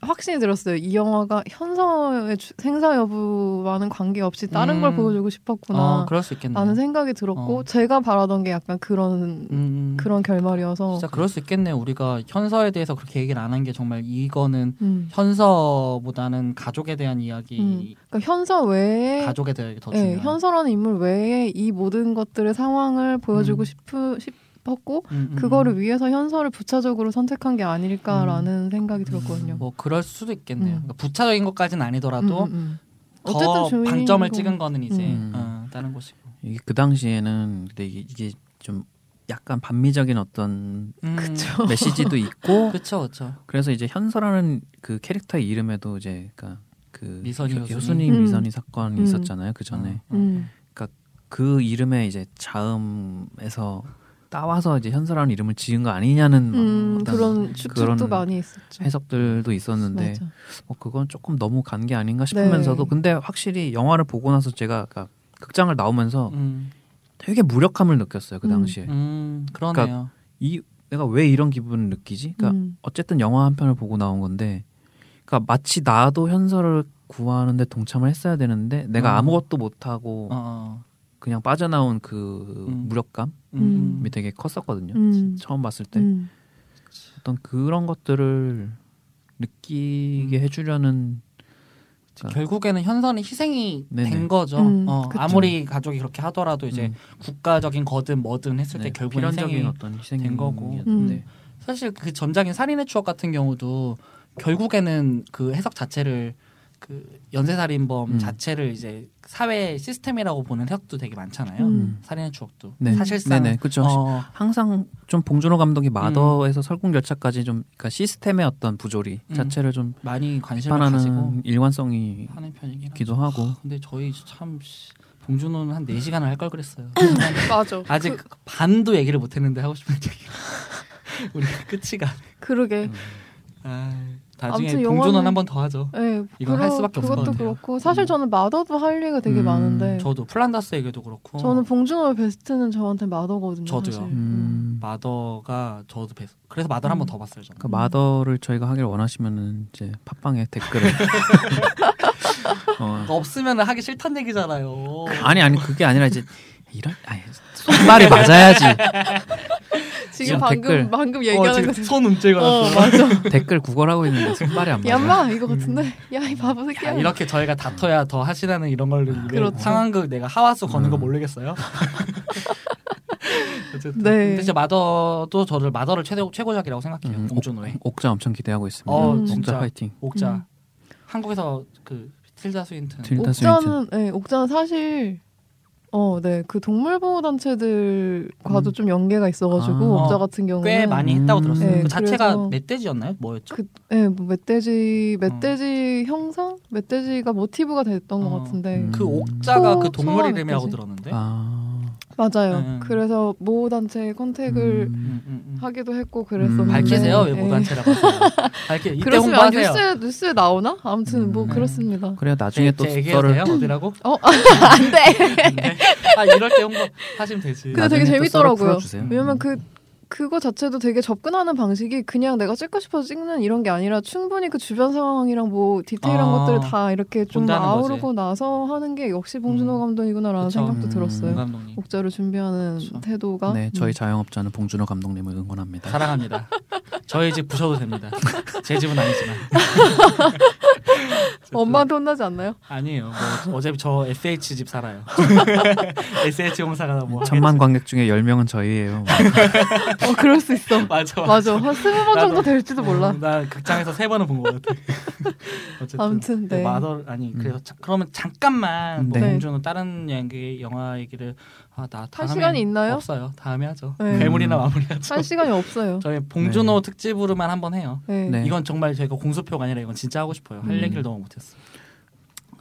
S3: 확신이 들었어요. 이 영화가 현서의 주- 생사 여부와는 관계없이 다른
S2: 음.
S3: 걸 보여주고
S2: 어,
S3: 싶었구나
S2: 그럴 수 있겠네요.
S3: 라는 생각이 들었고
S2: 어.
S3: 제가 바라던 게 약간 그런
S2: 음, 음.
S3: 그런 결말이어서
S2: 진짜 그럴 수 있겠네요. 우리가 현서에 대해서 그렇게 얘기를 안 한 게 정말 이거는
S3: 음.
S2: 현서보다는 가족에 대한 이야기,
S3: 음. 그러니까 현서 외에
S2: 가족에 대한 이야기 더
S3: 예,
S2: 중요한.
S3: 현서라는 인물 외에 이 모든 것들의 상황을 보여주고
S2: 음.
S3: 싶으, 싶었고
S2: 음, 음, 음.
S3: 그거를 위해서 현서를 부차적으로 선택한 게 아닐까라는 생각이 들었거든요.
S2: 뭐 그럴 수도 있겠네요.
S3: 음.
S2: 그러니까 부차적인 것까지는 아니더라도
S3: 음, 음, 음.
S2: 더
S3: 주인공-
S2: 방점을 찍은 거는 이제
S4: 음.
S2: 어, 다른 곳이고.
S4: 이게 그 당시에는 근데 이게, 이게 좀 약간 반미적인 어떤
S2: 음.
S3: 그쵸.
S4: 메시지도 있고
S2: 그쵸, 그쵸.
S4: 그래서 이제 현서라는 그 캐릭터의 이름에도 이제 그러니까 그
S2: 미선이
S4: 효-
S2: 효순이?
S4: 효순이
S3: 음.
S4: 미선이 사건이
S3: 음.
S4: 있었잖아요 그 전에
S2: 어, 어.
S3: 음.
S4: 그 이름에 이제 자음에서 따와서 이제 현서라는 이름을 지은 거 아니냐는 막
S3: 음,
S4: 어떤
S3: 그런 추측도
S4: 그런
S3: 많이 있었죠.
S4: 해석들도 있었는데
S3: 맞아.
S4: 어, 그건 조금 너무 간 게 아닌가 싶으면서도
S3: 네.
S4: 근데 확실히 영화를 보고 나서 제가 그러니까 극장을 나오면서
S2: 음,
S4: 되게 무력함을 느꼈어요 그
S3: 음.
S4: 당시에
S2: 음,
S4: 그러니까
S2: 그러네요.
S4: 이 내가 왜 이런 기분을 느끼지? 그러니까
S3: 음.
S4: 어쨌든 영화 한 편을 보고 나온 건데, 그러니까 마치 나도 현서를 구하는데 동참을 했어야 되는데 내가
S2: 어.
S4: 아무것도 못 하고
S2: 어, 어.
S4: 그냥 빠져나온 그
S2: 음.
S4: 무력감이
S2: 음, 음.
S4: 되게 컸었거든요.
S3: 음.
S4: 처음 봤을 때
S3: 음.
S4: 어떤 그런 것들을
S2: 음.
S4: 느끼게 해주려는
S2: 결국에는 현선이 희생이
S4: 네네.
S2: 된 거죠.
S3: 음,
S2: 어,
S3: 그쵸.
S2: 아무리 가족이 그렇게 하더라도 이제
S4: 음,
S2: 국가적인 거든 뭐든 했을 때
S4: 네,
S2: 결국
S4: 필연적인 네.
S2: 희생이
S4: 어떤 희생이
S2: 된 거고.
S3: 음.
S4: 었는데
S2: 사실 그 전작인 살인의 추억 같은 경우도 결국에는 그 해석 자체를 그 연쇄살인범
S4: 음.
S2: 자체를 이제 사회 시스템이라고 보는 해석도 되게 많잖아요.
S3: 음.
S2: 살인의 추억도
S4: 네.
S2: 사실상
S4: 네네 그렇죠.
S2: 어,
S4: 항상 좀 봉준호 감독이 마더에서 설국열차까지 좀 그러니까 시스템의 어떤 부조리
S2: 음.
S4: 자체를 좀
S2: 많이 관심을 가지고
S4: 비판하는 일관성이
S2: 하는 편이긴 하죠.
S4: 기도 하고
S2: 근데 저희 참 씨, 봉준호는 한 4시간을 할 걸 그랬어요.
S3: 맞아.
S2: 아직 반도 얘기를 못 했는데 하고 싶은 얘기. 우리가 끝이가.
S3: 그, 러게
S2: 음. 아, 나중에
S3: 아무튼
S2: 봉준호는
S3: 영화는-
S2: 한 번 더 하죠.
S3: 예,
S2: 이건
S3: 그러-
S2: 할 수밖에 없을
S3: 그것도
S2: 것 같아요.
S3: 그렇고 사실
S2: 음.
S3: 저는 마더도 할 얘기가 되게
S4: 음,
S3: 많은데
S2: 저도 플란다스 얘기도 그렇고
S3: 네. 저는 봉준호의 베스트는 저한테 마더거든요.
S2: 저도요.
S3: 사실.
S4: 음.
S2: 마더가 저도 뵀 그래서 마더를 한 번 더 봤어요. 저는.
S4: 그러니까 마더를 저희가 하길 원하시면은 이제 팟빵에 댓글을 어,
S2: 그러니까 없으면 하기 싫단 얘기잖아요. 어,
S4: 아니 아니 그게 아니라 이제 이런 아니, 손발이 맞아야지 지금
S3: 지금 방금
S4: 댓글.
S3: 방금
S2: 어,
S3: 얘기하는
S2: 지금
S3: 거
S2: 손 움찔고
S3: 어,
S2: 났어.
S3: 맞아.
S4: 댓글 구걸하고 있는데 손발이 안 맞아.
S3: 얌마 이거 같은데. 야 이 바보
S2: 음. 야,
S3: 새끼야.
S2: 이렇게 저희가 다퉈야 더 하시라는 이런 걸
S3: 그렇죠.
S2: 상황극 내가 하와수 거는 거
S4: 음.
S2: 모르겠어요. 어쨌든
S3: 네.
S2: 근데 진짜 마더도 저를 마더를 최고 최고작이라고 생각해요.
S4: 음,
S2: 봉준호의
S4: 옥자 엄청 기대하고 있습니다.
S2: 어,
S4: 옥자
S2: 진짜.
S4: 파이팅.
S2: 옥자
S3: 음.
S2: 한국에서 그 필자 스윈튼
S4: 틸- 일단
S3: 옥자는 네, 옥자는 사실 어, 네. 그 동물 보호 단체들과도
S4: 음.
S3: 좀 연계가 있어 가지고
S4: 아.
S3: 옥자 같은 경우는
S2: 꽤 많이 했다고
S4: 음.
S2: 들었어요.
S3: 네,
S2: 그 자체가
S3: 그래서-
S2: 멧돼지였나요? 뭐였죠?
S3: 그- 네, 뭐 멧돼지
S2: 음.
S3: 멧돼지 형상? 멧돼지가 모티브가 됐던 것
S2: 어.
S3: 같은데.
S4: 음.
S2: 그 옥자가
S3: 소-
S2: 그 동물
S3: 소와
S2: 이름이라고
S3: 멧돼지.
S2: 들었는데.
S4: 아,
S3: 맞아요.
S2: 음.
S3: 그래서 보호 단체 컨택을
S2: 음,
S4: 음.
S2: 음, 음.
S3: 하기도 했고
S4: 음.
S3: 그랬었는데
S2: 밝히세요
S3: 예.
S2: 왜 모단체라고 하세요. 밝히 이때
S3: 그렇습니다. 아,
S2: 홍보하세요. 네,
S3: 뉴스에 뉴스에 나오나? 아무튼 뭐
S4: 음.
S3: 그렇습니다.
S4: 그래요 나중에 또
S2: 네, 얘기해도
S4: 썰을
S2: 돼요? 어디라고?
S3: 어, 안 돼. 그
S2: 아 이럴 때 홍보 하시면 되지.
S3: 근데 되게
S2: 아,
S4: 나중에 또 썰을
S3: 재밌더라고요.
S2: 음.
S4: 풀어주세요. 음.
S3: 왜냐면 그 그거 자체도 되게 접근하는 방식이 그냥 내가 찍고 싶어서 찍는 이런 게 아니라 충분히 그 주변 상황이랑 뭐 디테일한
S2: 아,
S3: 것들을 다 이렇게 좀
S2: 본다는 거지.
S3: 아우르고 나서 하는 게 역시 봉준호
S2: 음.
S3: 감독이구나라는
S2: 그쵸.
S3: 생각도
S4: 음.
S2: 봉
S3: 들었어요.
S2: 감독님
S3: 목자를 준비하는
S2: 그쵸.
S3: 태도가
S4: 네, 저희
S3: 음.
S4: 자영업자는 봉준호 감독님을
S3: 그
S4: 응원합니다.
S2: 사랑합니다. 저희 집 부셔도 됩니다. 제 집은 아니지만.
S3: 엄마한테 혼나지 않나요?
S2: 아니에요. 뭐 어차피 저 SH 집 살아요. SH 공사가 뭐
S4: 네, 천만 관객 중에 10명은 저희예요.
S3: 어 그럴 수 있어.
S2: 하겠지. 맞아.
S3: 맞아. 한 스무 번 정도
S2: 나도.
S3: 될지도 몰라.
S2: 음, 나 극장에서 세 번은 본 것 같아. 어쨌든. 그
S3: 아무튼 네.
S2: 마더 아니 그래서 자- 그러면 잠깐만 뭐
S4: 네.
S2: 봉준호 다른 얘기 영화 얘기를 아나
S3: 할
S2: 다음에
S3: 시간이 있나요?
S2: 없어요. 다음에 하죠.
S3: 네.
S2: 괴물이나 마무리하죠.
S3: 한 시간이 없어요.
S2: 저희 봉준호 특집으로만 한번 해요.
S3: 네.
S4: 네.
S2: 이건 정말 저희가 공수표가 아니라 이건 진짜 하고 싶어요. 할
S4: 음.
S2: 얘기를 너무 못했어.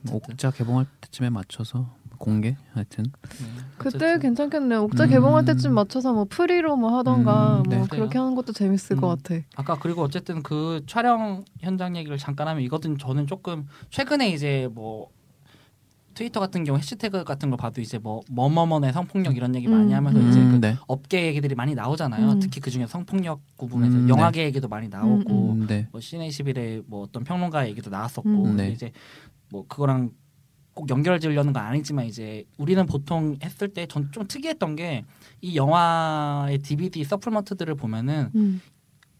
S4: 뭐, 옥자 개봉할 때쯤에 맞춰서 공개 하여튼
S2: 네.
S3: 그때 괜찮겠네요. 옥자
S4: 음.
S3: 개봉할 때쯤 맞춰서 뭐 프리로 뭐 하던가
S4: 음,
S3: 뭐
S4: 네.
S3: 그렇게 하는 것도 재밌을
S2: 음.
S3: 것 같아.
S2: 아까 그리고 어쨌든 그 촬영 현장 얘기를 잠깐 하면 이것은 저는 조금 최근에 이제 뭐 트위터 같은 경우 해시태그 같은 걸 봐도 이제 뭐 뭐뭐뭐네 성폭력 이런 얘기 많이
S3: 음.
S2: 하면서 이제 그
S4: 음, 네.
S2: 업계 얘기들이 많이 나오잖아요.
S3: 음.
S2: 특히 그 중에 성폭력 부분에서
S4: 음, 네.
S2: 영화계 얘기도 많이 나오고
S4: 음, 네.
S2: 뭐 시네시빌의 뭐 어떤 평론가 얘기도 나왔었고
S3: 음.
S2: 근데
S4: 네.
S2: 이제 뭐 그거랑 꼭 연결 지으려는 건 아니지만 이제 우리는 보통 했을 때 전 좀 특이했던 게 이 영화의 DVD 서플먼트들을 보면은
S3: 음.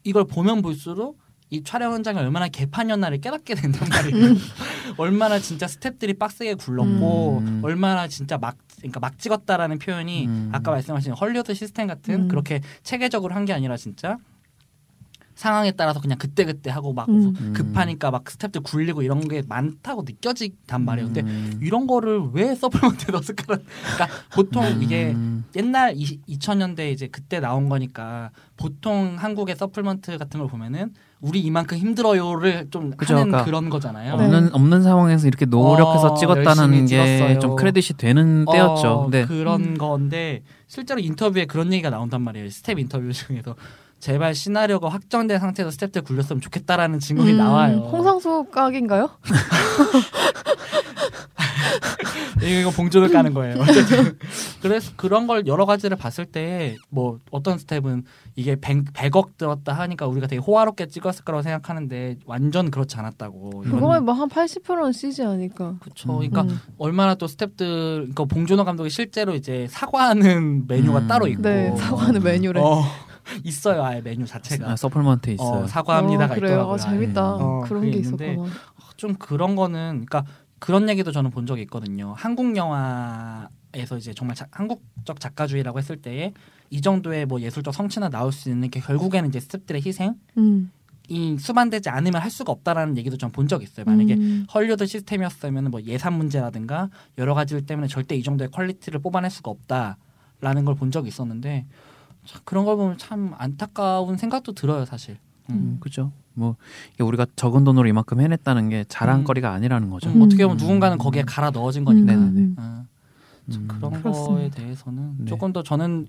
S2: 이걸 보면 볼수록 이 촬영 현장이 얼마나 개판이었나를 깨닫게 된단 말이에요.
S4: 음.
S2: 얼마나 진짜 스탭들이 빡세게 굴렀고
S4: 음.
S2: 얼마나 진짜 막 그러니까 막 찍었다라는 표현이
S4: 음.
S2: 아까 말씀하신 헐리우드 시스템 같은
S3: 음.
S2: 그렇게 체계적으로 한 게 아니라 진짜 상황에 따라서 그냥 그때 그때 하고 막
S3: 음.
S4: 음.
S2: 급하니까 막 스탭들 굴리고 이런 게 많다고 느껴지단 말이에요. 근데
S4: 음.
S2: 이런 거를 왜 서플먼트에 넣었을까? 그러니까 보통 이게
S4: 음.
S2: 옛날 이, 2000년대 이제 그때 나온 거니까 보통 한국의 서플먼트 같은 걸 보면은 우리 이만큼 힘들어요를 좀
S4: 그죠, 그러니까.
S2: 하는
S4: 아까 음,
S2: 그런 거잖아요.
S3: 네.
S4: 없는 없는 상황에서 이렇게 노력해서
S2: 어, 열심히
S4: 찍었다는 게
S2: 찍었어요.
S4: 좀 크레딧이 되는
S2: 어,
S4: 때였죠. 네. 근데
S2: 그런
S3: 음.
S2: 건데 실제로 인터뷰에 그런 얘기가 나온단 말이에요. 스텝 인터뷰 중에서 제발 시나리오가 확정된 상태에서 스텝들 굴렸으면 좋겠다라는 증언이
S3: 음,
S2: 나와요.
S3: 홍상수 각인가요?
S2: 이거 봉조를 까는 거예요. 어쨌든. 그래서 그런 걸 여러 가지를 봤을 때 뭐 어떤 스텝은 이게 100, 100억 들었다 하니까 우리가 되게 호화롭게 찍었을 거라고 생각하는데 완전 그렇지 않았다고. 이런
S3: 그거에 뭐한 80%는 CG 아니까.
S2: 그쵸.
S4: 음.
S2: 그러니까
S3: 음.
S2: 얼마나 또 스탭들, 그러니까 봉준호 감독이 실제로 이제 사과하는 메뉴가
S4: 음.
S2: 따로 있고.
S3: 네,
S4: 어.
S3: 사과는 메뉴래.
S2: 어, 있어요, 아예 메뉴 자체가.
S4: 아, 서플먼트 있어요.
S2: 그 어, 사과합니다가
S3: 어, 그래요.
S2: 있더라고요.
S3: 어,
S2: 아예.
S3: 재밌다.
S2: 어,
S3: 그런
S2: 그게
S3: 게
S2: 있는데
S3: 있었구나.
S2: 좀 그런 거는 그러니까 그런 얘기도 저는 본 적이 있거든요. 한국 영화에서 이제 정말 자- 한국적 작가주의라고 했을 때에 이 정도의 뭐 예술적 성취나 나올 수 있는 게 결국에는 이제 스탭들의 희생이
S3: 음.
S2: 수반되지 않으면 할 수가 없다라는 얘기도 전 본 적이 있어요. 만약에
S3: 음.
S2: 헐리우드 시스템이었으면 뭐 예산 문제라든가 여러 가지들 때문에 절대 이 정도의 퀄리티를 뽑아낼 수가 없다라는 걸 본 적이 있었는데 참 그런 걸 보면 참 안타까운 생각도 들어요, 사실. 음.
S4: 음, 그죠. 뭐 이게 우리가 적은 돈으로 이만큼 해냈다는 게
S2: 음.
S4: 자랑거리가 아니라는 거죠.
S2: 좀 어떻게 보면
S4: 음.
S2: 누군가는 거기에 갈아 넣어진 거니까.
S4: 네네네.
S2: 음. 참
S4: 음.
S2: 그런 거에
S3: 그렇습니다.
S2: 대해서는
S4: 네.
S2: 조금 더 저는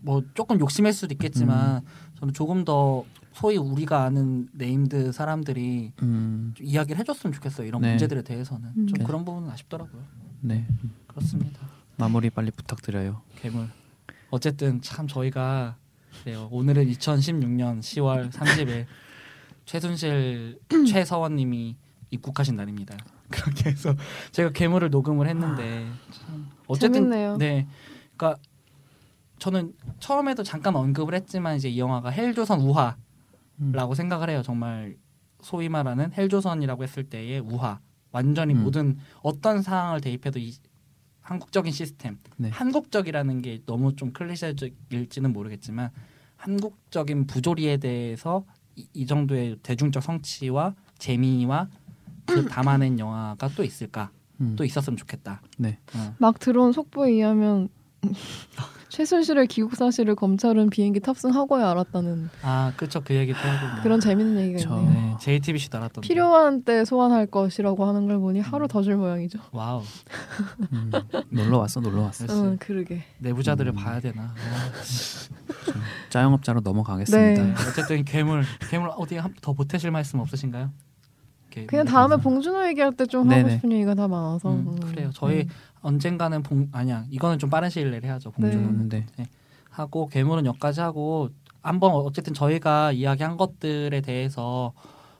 S2: 뭐 조금 욕심일 수도 있겠지만 저는 조금 더 소위 우리가 아는 네임드 사람들이
S4: 음,
S2: 좀 이야기를 해줬으면 좋겠어요. 이런
S4: 네.
S2: 문제들에 대해서는
S3: 음.
S2: 좀
S4: 네.
S2: 그런 부분은 아쉽더라고요.
S4: 네
S2: 그렇습니다.
S4: 마무리 빨리 부탁드려요.
S2: 괴물. 어쨌든 참 저희가 그래요. 오늘은 2016년 10월 30일 최순실 최서원님이 입국하신 날입니다. 그렇게 해서 제가 괴물을 녹음을 했는데 참 어쨌든
S3: 재밌네요.
S2: 네, 그러니까 저는 처음에도 잠깐 언급을 했지만 이제 이 영화가 헬조선 우화라고
S4: 음.
S2: 생각을 해요. 정말 소위 말하는 헬조선이라고 했을 때의 우화. 완전히
S4: 음.
S2: 모든 어떤 상황을 대입해도 이 한국적인 시스템
S4: 네.
S2: 한국적이라는 게 너무 좀 클리셰일지는 모르겠지만 한국적인 부조리에 대해서 이, 이 정도의 대중적 성취와 재미와 그 담아낸 영화가 또 있을까?
S4: 음.
S2: 또 있었으면 좋겠다.
S4: 네.
S2: 어.
S3: 막 들어온 속보에 의하면 최순실의 기국 사실을 검찰은 비행기 탑승하고야 알았다는
S2: 아, 그렇죠. 그 얘기도 하고. 뭐.
S3: 그런 재밌는 얘기가
S4: 저-
S3: 있네요.
S2: 네, JTBC 나왔던
S3: 필요한 때 소환할 것이라고 하는 걸
S2: 음.
S3: 보니 하루 더 줄 모양이죠.
S2: 와우.
S4: 음, 놀러 왔어, 놀러 왔어.
S2: 글쎄, 네,
S3: 응, 그러게.
S2: 내부자들을
S4: 음. 네.
S2: 봐야 되나? 아,
S4: 자영업자로 넘어가겠습니다.
S2: 네,
S4: 음,
S2: 어쨌든 괴물, 괴물 어디 한- 더 보태실 말씀 없으신가요? 이렇게 뭐
S3: 그냥 다음에 봉준호 얘기할 때 좀 하고
S4: 네네.
S3: 싶은 얘기가 다 많아서.
S2: 음,
S3: 음.
S2: 그래요. 저희 언젠가는 네.
S3: 네.
S2: 봉 아니야. 이거는 좀 빠른 시일 내에 해야죠. 봉준호는
S4: 음, 네.
S2: 하고 괴물은 여기까지 하고 한번 어쨌든 저희가 이야기한 것들에 대해서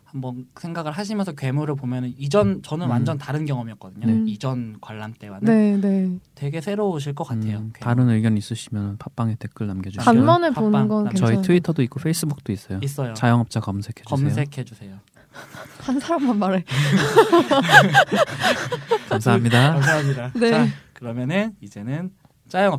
S2: 한번 생각을 하시면서 괴물을 보면은 이전 저는
S4: 음.
S2: 완전 다른 경험이었거든요.
S3: 네.
S2: 이전 관람 때와는
S3: 네, 네.
S2: 되게 새로우실 것 같아요.
S4: 음,
S2: 괴물.
S4: 다른 의견 있으시면 팟빵에 댓글 남겨주시면
S3: 간만에
S2: 네. 팟빵,
S3: 보는 건
S2: 팟빵.
S3: 괜찮아요.
S4: 저희 트위터도 있고 페이스북도 있어요.
S2: 있어요.
S4: 자영업자 검색해 주세요.
S2: 검색해 주세요.
S3: 한 사람만 말해.
S4: 감사합니다.
S2: 감사합니다.
S3: 네.
S2: 자 그러면은 이제는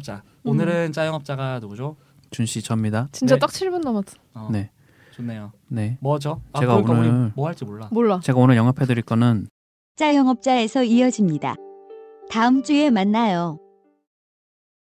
S2: 짜영업자. 오늘은 짜영업자가 누구죠?
S4: 준 씨 접니다.
S3: 진짜
S2: 네.
S3: 딱 7분 남았어.
S2: 어,
S4: 네.
S2: 좋네요.
S4: 네.
S2: 뭐죠? 아,
S4: 제가
S2: 그러니까
S4: 오늘-
S2: 우리 뭐 할지 몰라.
S3: 몰라.
S4: 제가 오늘 영업해 드릴 거는
S1: 짜영업자에서 이어집니다. 다음 주에 만나요.